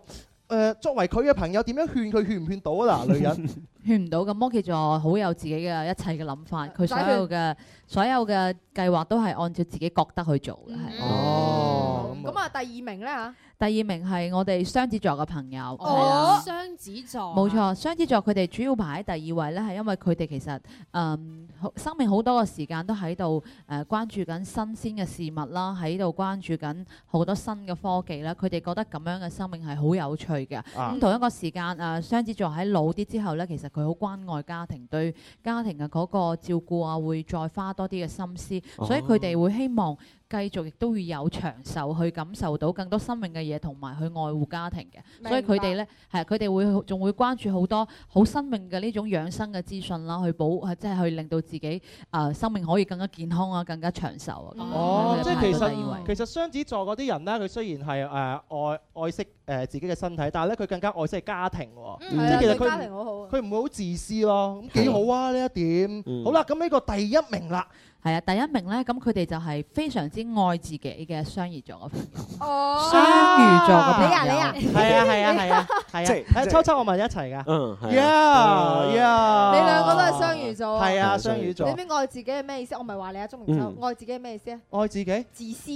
Speaker 7: 誒、作為佢嘅朋友，點樣勸佢勸唔勸到啊？嗱，女人
Speaker 21: 勸唔到咁，摩羯座好有自己嘅一切嘅諗法，佢所
Speaker 7: 呃解決
Speaker 21: 有嘅所有嘅計劃都係按照自己覺得去做嘅。係
Speaker 7: 哦，
Speaker 6: 咁啊，第二名咧嚇，
Speaker 21: 第二名係我哋雙子座嘅朋友，係
Speaker 4: 哦
Speaker 21: 啦，
Speaker 4: 雙子座，
Speaker 6: 啊
Speaker 21: 冇錯，雙子座佢哋主要排喺第二位咧，係因為佢哋其實誒、嗯好生命好多嘅時間都喺度誒關注緊新鮮嘅事物啦，喺度關注緊好多新嘅科技啦。佢哋覺得咁樣嘅生命係好有趣嘅。咁、
Speaker 22: 啊
Speaker 21: 同一個時間誒、呃雙子座喺老啲之後咧，其實佢好關愛家庭，對家庭嘅嗰個照顧啊，會再花多啲嘅心思，所以佢哋會希望。繼續亦都會有長壽，去感受到更多生命嘅嘢，同埋去愛護家庭嘅。所以佢哋咧係佢哋會仲會關注好多好生命嘅呢種養生嘅資訊啦，去保即係去令到自己啊、呃生命可以更加健康啊，更加長壽啊。咁樣
Speaker 7: 哦，
Speaker 21: 佢哋
Speaker 7: 即係
Speaker 21: 排
Speaker 7: 其
Speaker 21: 到第二位
Speaker 7: 實其實雙子座嗰啲人咧，佢雖然係誒、呃愛愛惜誒、呃自己嘅身體，但係咧佢更加愛惜家庭喎。
Speaker 6: 嗯係啊
Speaker 7: 即係其實
Speaker 6: 對
Speaker 7: 佢
Speaker 6: 家庭好好啊。
Speaker 7: 佢唔會好自私咯，咁幾好啊呢一點。好啦，咁呢個第一名啦，
Speaker 21: 係啊，第一名咧，咁佢哋就係非常之愛自己嘅雙魚座嘅朋友。
Speaker 6: 哦
Speaker 21: 雙魚座嘅朋友。
Speaker 6: 你啊你啊，
Speaker 7: 係啊係啊係啊係
Speaker 21: 即
Speaker 7: 啊
Speaker 21: 係，
Speaker 7: 誒秋秋我咪一齊㗎。
Speaker 15: 嗯係啊
Speaker 7: Yeah yeah，
Speaker 6: 你兩個都係雙魚座啊。
Speaker 7: 係啊雙魚座
Speaker 6: 你知唔知愛自己係咩意思？我唔係話你啊，鐘明秋
Speaker 15: 嗯，
Speaker 6: 愛自己係咩意思啊？
Speaker 7: 愛哦自己。
Speaker 6: 自私。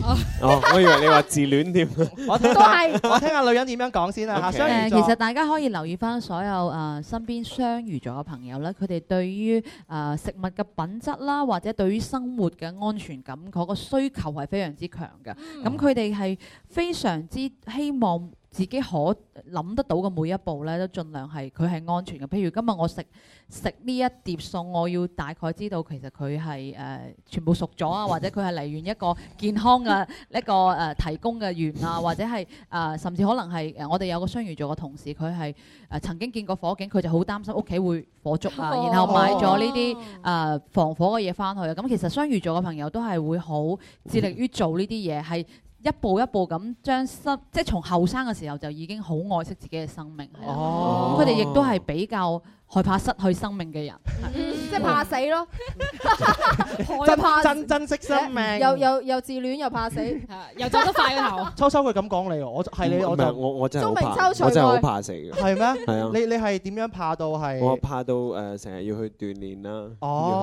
Speaker 15: 哦，我以為你話自戀添。
Speaker 7: 我聽
Speaker 21: 都係
Speaker 7: 我聽下女人點樣講先啊啦嚇。
Speaker 21: 誒
Speaker 7: 雙魚
Speaker 21: 其實
Speaker 7: 座
Speaker 21: 大家可以留意翻所有誒、呃身邊雙魚座嘅朋友咧，佢哋對於誒、呃食物嘅品質啦，或者對於生活嘅安全感嗰、個需求係非常之強嘅。
Speaker 7: 嗯
Speaker 21: 咁佢哋係非常之希望。自己可諗得到嘅每一步咧，都盡量係佢係安全嘅。譬如今日我食食呢一碟餸，我要大概知道其實佢係誒全部熟咗啊，或者佢係嚟源一個健康嘅 一個誒、呃提供嘅源啊，或者係誒、呃甚至可能係誒我哋有個雙魚座嘅同事，佢係誒曾經見過火警，佢就好擔心屋企會火燭啊，
Speaker 22: 哦
Speaker 21: 然後買咗呢啲誒呃防火嘅嘢翻去啊。咁其實雙魚座嘅朋友都係會好致力於做呢啲嘢，係。一步一步咁將生，即係從後生嘅時候就已經好愛惜自己嘅生命，係啦
Speaker 7: 哦
Speaker 21: 咁佢哋亦都係比較害怕失去生命嘅人。
Speaker 6: 即係怕死咯，害
Speaker 7: 真
Speaker 6: 怕
Speaker 7: 真珍惜
Speaker 6: Dạ.
Speaker 7: 生命
Speaker 6: 又又又自戀又怕死，又
Speaker 4: 走得快個頭。
Speaker 7: 秋秋佢咁講你喎，我就係你
Speaker 15: 唔
Speaker 7: 我
Speaker 15: 係
Speaker 7: 就
Speaker 15: 我我真係好
Speaker 7: 鍾明
Speaker 15: 怕，
Speaker 7: 秋
Speaker 15: 我真係好
Speaker 7: 除外
Speaker 15: 怕死嘅。
Speaker 7: 係咩？
Speaker 15: 係啊
Speaker 7: 你你係點樣怕到
Speaker 15: 我
Speaker 7: 係？
Speaker 15: 怕到誒成日要去鍛鍊啦，
Speaker 7: 哦
Speaker 15: 要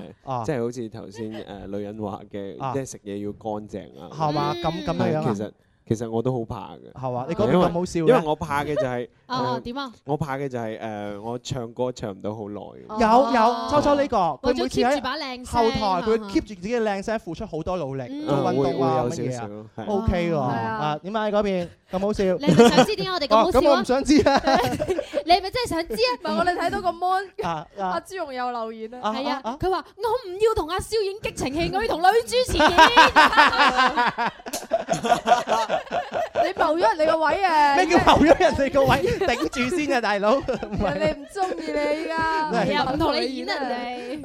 Speaker 15: 去誒，呃即係呃好似頭先誒女人話嘅，即係食嘢要乾淨啊，
Speaker 7: 啊係嘛咁咁樣樣啊
Speaker 15: 其實其實我都好怕嘅。
Speaker 7: 係嘛你講到咁好笑
Speaker 15: 因
Speaker 7: 嘅
Speaker 15: 為因為我怕嘅就係呃
Speaker 4: 啊
Speaker 15: 誒
Speaker 4: 點啊？
Speaker 15: 我怕嘅就係誒，我唱歌唱唔到好耐。
Speaker 7: 有有，秋秋呢個，
Speaker 4: 為
Speaker 7: 佢
Speaker 4: 咗
Speaker 7: 每次
Speaker 4: 哦 keep 住把靚
Speaker 7: 喺
Speaker 4: 聲
Speaker 7: 後台佢
Speaker 4: 啊
Speaker 7: keep 住自己嘅靚聲，付出好多努力，
Speaker 4: 嗯
Speaker 7: 做運動啊
Speaker 15: 會
Speaker 7: 乜
Speaker 15: 會哦有
Speaker 7: 嘢
Speaker 15: 少
Speaker 7: 啊
Speaker 15: 少係
Speaker 7: ，OK 喎，
Speaker 4: 係啊
Speaker 7: 啊點解你嗰邊咁好笑？
Speaker 4: 你係咪想知點解我哋咁好笑
Speaker 7: 哦
Speaker 4: 啊
Speaker 7: 咁我唔想知 啊，
Speaker 4: 你係咪真係想知啊？
Speaker 6: 唔係我哋睇到個 mon，
Speaker 7: 啊啊
Speaker 6: 朱容有留言
Speaker 7: 啊
Speaker 4: 係啊
Speaker 7: 啊，
Speaker 4: 佢話我唔要同阿蕭影激情戲，我要同女主持演。
Speaker 6: 你謀咗人哋個位啊！
Speaker 7: 咩叫後咗人哋個位 頂住先啊，大佬？唔係
Speaker 6: 人哋唔中意你依家，
Speaker 7: 係啊唔
Speaker 4: 同你演啊 人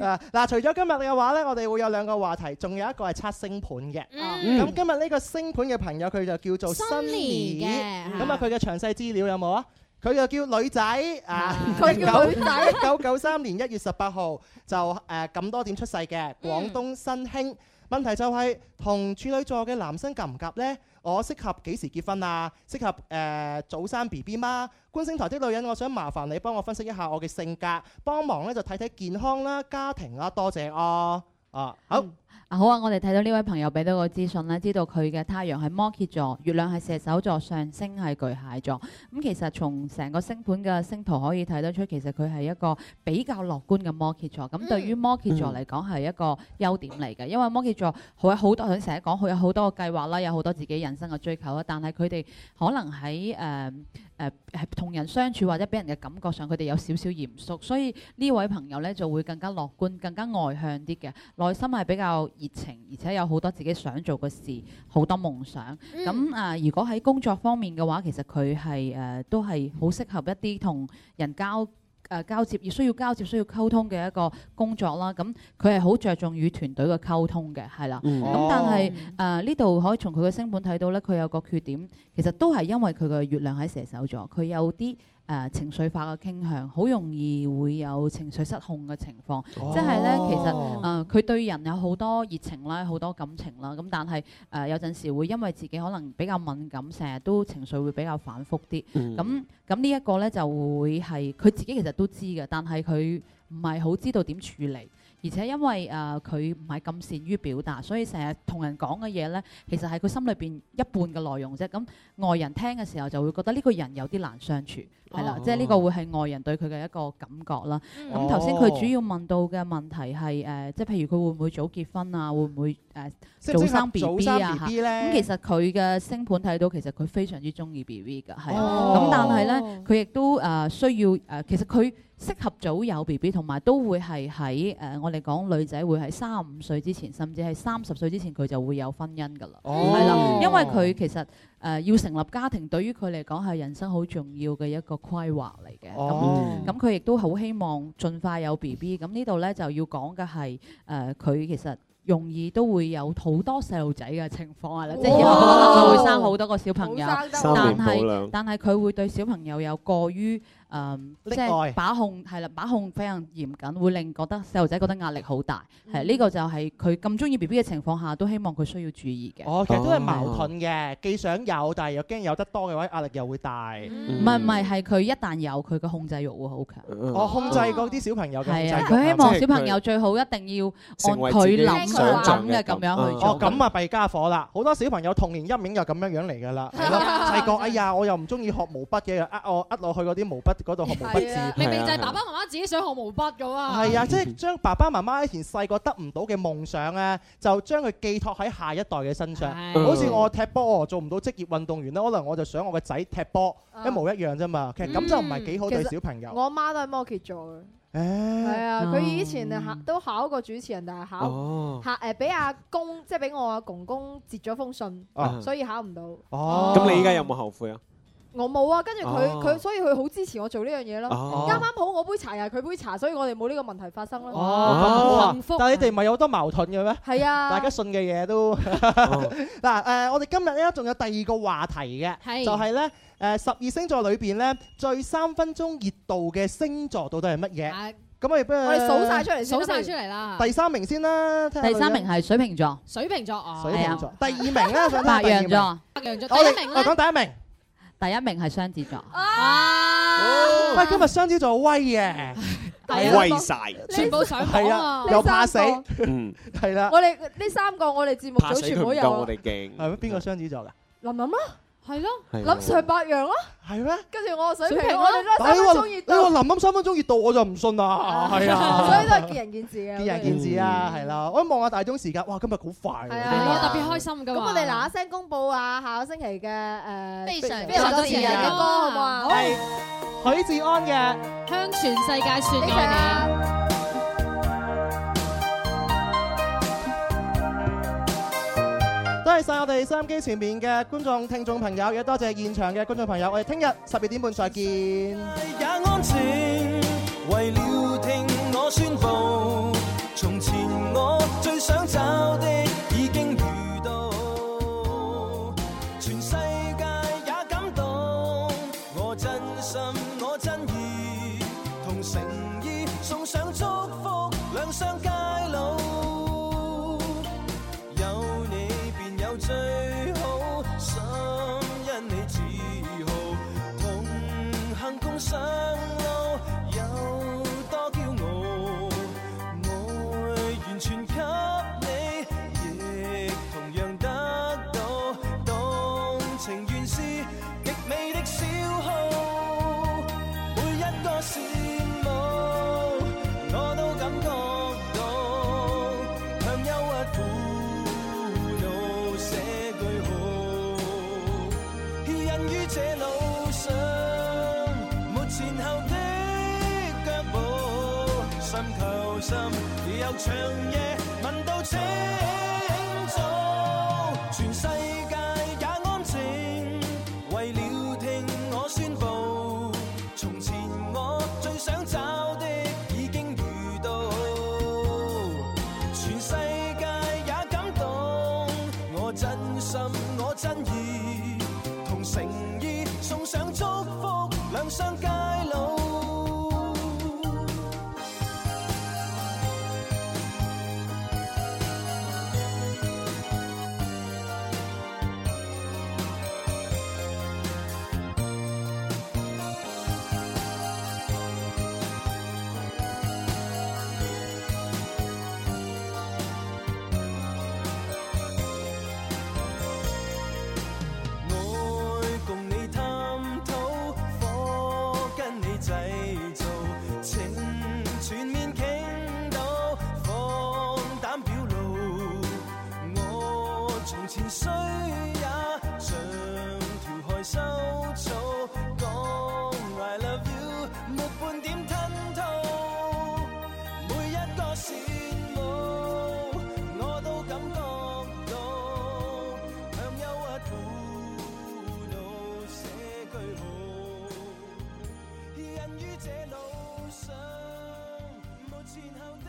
Speaker 7: 啊嗱，除咗今日嘅話咧，我哋會有兩個話題，仲有一個係測星盤嘅。
Speaker 4: 嗯
Speaker 7: 咁今日呢個星盤嘅朋友佢就叫做
Speaker 4: Sunny
Speaker 7: Sunny
Speaker 4: 嘅
Speaker 7: 咁啊佢嘅詳細資料有冇啊？佢就叫女仔 啊，
Speaker 6: 佢叫女仔
Speaker 7: 一九九三年一月十八號就誒咁多點出世
Speaker 21: 嗯
Speaker 7: 嘅廣東新興。問題就係同處女座嘅男生夾唔夾呢？我適合幾時結婚啊？適合誒、呃早生 B B 嗎？觀星台的女人，我想麻煩你幫我分析一下我嘅性格，幫忙呢就睇睇健康啦、家庭啊，多謝我啊，好。
Speaker 21: 啊好啊！我哋睇到呢位朋友俾到個資訊咧，知道佢嘅太陽係摩羯座，月亮係射手座，上升係巨蟹座。咁、其實從成個星盤嘅星圖可以睇得出，其實佢係一個比較樂觀嘅摩羯座。咁對於摩羯座嚟講係一個優點嚟嘅，因為摩羯座佢有好多佢成日講佢有好多嘅計劃啦，有好多自己人生嘅追求啦，但係佢哋可能喺誒誒同人相處或者俾人嘅感覺上，佢哋有少少嚴肅，所以呢位朋友咧就會更加樂觀、更加外向啲嘅，內心係比較熱情，而且有好多自己想做嘅事，好多夢想。咁
Speaker 1: 嗯
Speaker 21: 啊、如果喺工作方面嘅話，其實佢係誒都係好適合一啲同人交。誒、呃交接要需要交接需要溝通嘅一個工作啦，咁佢係好着重與團隊嘅溝通嘅，係啦。咁、
Speaker 1: 嗯
Speaker 21: 但係
Speaker 1: 哦
Speaker 21: 誒呢度可以從佢嘅星盤睇到咧，佢有個缺點，其實都係因為佢嘅月亮喺射手座，佢有啲誒、呃情緒化嘅傾向，好容易會有情緒失控嘅情況，
Speaker 1: 哦
Speaker 21: 即係咧其實呃誒佢、對人有好多熱情啦，好多感情啦，咁但係誒、呃有陣時會因為自己可能比較敏感，成日都情緒會比較反覆啲，
Speaker 1: 嗯
Speaker 21: 咁咁呢一個咧就會係佢自己其實都知嘅，但係佢唔係好知道點處理。而且因為誒佢唔係咁善於表達，所以成日同人講嘅嘢咧，其實係佢心裏邊一半嘅內容啫。咁外人聽嘅時候就會覺得呢個人有啲難相處，係啦，
Speaker 1: 哦
Speaker 21: 即係呢個會係外人對佢嘅一個感覺啦。
Speaker 1: 嗯
Speaker 21: 咁頭先佢主
Speaker 1: 哦
Speaker 21: 要問到嘅問題係誒、即係譬如佢會唔會早結婚啊，會唔會誒、
Speaker 7: 適唔適
Speaker 21: 早
Speaker 7: 合
Speaker 21: 生
Speaker 7: 早
Speaker 21: BB
Speaker 7: 生
Speaker 21: 啊？嚇
Speaker 7: BB 呢
Speaker 21: 咁其實佢嘅星盤睇到，其實佢非常之中意 BB 㗎，係啊哦咁但係咧，佢亦都誒需要誒，其實佢。適合早有 B B，同埋都會係喺誒，我哋講女仔會喺三十五歲之前，甚至係三十歲之前，佢就會有婚姻㗎啦，係啦、因為佢
Speaker 1: 嗯
Speaker 21: 其實誒、呃要成立家庭，對於佢嚟講係人生好重要嘅一個規劃嚟嘅。
Speaker 1: 哦
Speaker 21: 咁咁佢亦都好希望盡快有 B B。咁呢度咧就要講嘅係誒，呃佢、其實。容易都會有好多細路仔嘅情況啊，即係以後
Speaker 1: 哇
Speaker 21: 可能就會生好多個小朋友，
Speaker 1: 好生得
Speaker 21: 但
Speaker 1: 喎三年保
Speaker 21: 係
Speaker 1: 兩
Speaker 21: 但係佢會對小朋友有過於誒、嗯即
Speaker 1: 溺愛
Speaker 21: 係把控係啦，把控非常嚴謹，會令覺得細路仔覺得壓力好大。係
Speaker 1: 嗯
Speaker 21: 呢、個就係佢咁中意 B B 嘅情況下，都希望佢需要注意嘅。
Speaker 7: 哦，其實都係矛盾嘅，既想有，但係又驚有得多嘅話，壓力又會大。
Speaker 21: 唔係唔係，係佢一旦有佢嘅控制欲會好強。
Speaker 7: 我控制嗰啲小朋友嘅控制
Speaker 21: 係啊，
Speaker 7: 欲
Speaker 21: 佢希
Speaker 7: 啊
Speaker 21: 望小朋友最好一定要按佢諗想諗嘅咁樣去
Speaker 7: 哦
Speaker 21: 做。
Speaker 7: 咁啊弊家伙啦！好多小朋友童年陰影就咁樣樣嚟㗎啦，係咯，細個哎呀，我又唔中意學毛筆嘅，又呃我呃落去嗰啲毛筆嗰度學毛筆字，啊
Speaker 4: 明明就係爸爸媽媽自己想學毛筆㗎啊。
Speaker 7: 係啊，即係將爸爸媽媽以前細個得唔到嘅夢想咧，就將佢寄託喺下一代嘅身上。
Speaker 4: 係
Speaker 7: 好似我踢波，我做唔到職業運動員咧，可能我就想我個仔踢波，一模一樣啫嘛。其實咁就唔
Speaker 6: Ừ.
Speaker 7: 係幾好對小朋友。
Speaker 6: 我媽都係摩羯座嘅。
Speaker 7: 誒
Speaker 6: 係啊，佢以前啊考都考過主持人，但係考
Speaker 7: 哦
Speaker 6: 考誒俾阿公，即係俾我阿公公截咗封信
Speaker 15: 啊，
Speaker 6: 所以考唔到。
Speaker 7: 哦
Speaker 15: 咁你依家有冇後悔啊？
Speaker 6: 我冇啊，跟住佢
Speaker 15: 哦
Speaker 6: 佢，所以佢好支持我做呢樣嘢咯。
Speaker 15: 哦
Speaker 6: 啱啱好我杯茶又係佢杯茶，所以我哋冇呢個問題發生咯。
Speaker 7: 哦，
Speaker 6: 幸
Speaker 7: 幸
Speaker 6: 福
Speaker 7: 福
Speaker 6: 啊！
Speaker 7: 但係你哋唔係有好多矛盾嘅咩？
Speaker 6: 係 啊
Speaker 7: 大家信嘅嘢都 嗱誒，我哋今日咧仲有第二個話題
Speaker 4: 係
Speaker 7: 嘅，就係咧誒十二星座裏邊咧最三分鐘熱度嘅星座到底係乜
Speaker 6: 啊
Speaker 7: 嘢？咁我哋不如
Speaker 4: 我哋數晒出嚟先啦啊
Speaker 7: 數晒
Speaker 4: 不如出嚟啦
Speaker 7: 呃第三名先啦，聽下
Speaker 21: 第三
Speaker 7: 女人
Speaker 21: 名係水瓶座，
Speaker 4: 水瓶座哦啊，
Speaker 7: 水瓶座，第二名咧，想聽下
Speaker 21: 白
Speaker 7: 第二
Speaker 21: 羊
Speaker 7: 名
Speaker 21: 座，
Speaker 4: 白羊座
Speaker 7: 我
Speaker 4: 第
Speaker 7: 哋
Speaker 4: 一名
Speaker 7: 我
Speaker 4: 咧，
Speaker 7: 講第一名。
Speaker 21: 第一名係雙子座。
Speaker 4: 啊
Speaker 6: 哦
Speaker 7: 喂，今日雙子座威嘅，
Speaker 6: 係啊
Speaker 21: 威晒
Speaker 6: 全部上
Speaker 7: 係
Speaker 6: 榜啊
Speaker 7: 啊，
Speaker 6: 你
Speaker 7: 又怕死
Speaker 6: 三個，
Speaker 7: 係啦。
Speaker 6: 我哋呢三個我哋節目組全部有啊
Speaker 7: 係咩？邊個雙子座㗎？
Speaker 6: 林林咯，
Speaker 4: 係咯，
Speaker 7: 係
Speaker 6: 林
Speaker 7: 喎
Speaker 6: Sir 白羊咯，啊
Speaker 7: 係咩？啊
Speaker 6: 跟住我水
Speaker 4: 水
Speaker 6: 平，
Speaker 4: 瓶
Speaker 6: 我哋都
Speaker 7: 但係
Speaker 6: 係
Speaker 7: 你
Speaker 6: 三
Speaker 7: 話
Speaker 6: 分鐘熱
Speaker 7: 你
Speaker 6: 度，
Speaker 7: 哎話林林三分鐘熱度，我就唔信啦，係
Speaker 6: 所以都
Speaker 7: 啊，
Speaker 6: 係見仁見智嘅。
Speaker 7: 見仁見智啊，係啦。我一望下大鐘時間，哇，今日好快
Speaker 6: 嗯係
Speaker 7: 喎，
Speaker 6: 啊
Speaker 7: 真係
Speaker 6: 特別
Speaker 4: 開心噶
Speaker 6: 咁我哋嗱嗱聲公佈啊，下個星期嘅誒
Speaker 4: 非常
Speaker 6: 非常多情人嘅歌好唔好啊？
Speaker 7: 係哎許志安嘅
Speaker 4: 《向全世界説愛你》。
Speaker 7: 多謝晒我哋收音機前面嘅觀眾、聽眾朋友，亦多謝現場嘅觀眾朋友。我哋聽日十二點半再見。
Speaker 1: 也安靜，為了聽我宣佈，從前我最想找的已經遇到，全世界也感動，我真心我真意，同誠意送上祝福，兩相偕老。有你便有最好，心因你自豪，同行共上路，有多驕傲，愛完全給你，亦同樣得到。當情緣是極美的消耗，每一個羨慕我都感覺到，向憂鬱苦惱寫句號。人於這路上，沒前後的腳步，心求心，有長夜問到清早，全世界也安靜，為了聽我宣佈，從前我最想找的已經遇到，全世界也感動，我真心我真意，同誠意送上祝福，兩相偕老。愛共你探討，火跟你製造，情全面傾倒，放膽表露。我從前雖也像條害羞草，講 I love you，沒半點吞吐，每一個羨慕我都感覺到，向憂鬱苦惱寫句號，人於這路上沒前後的。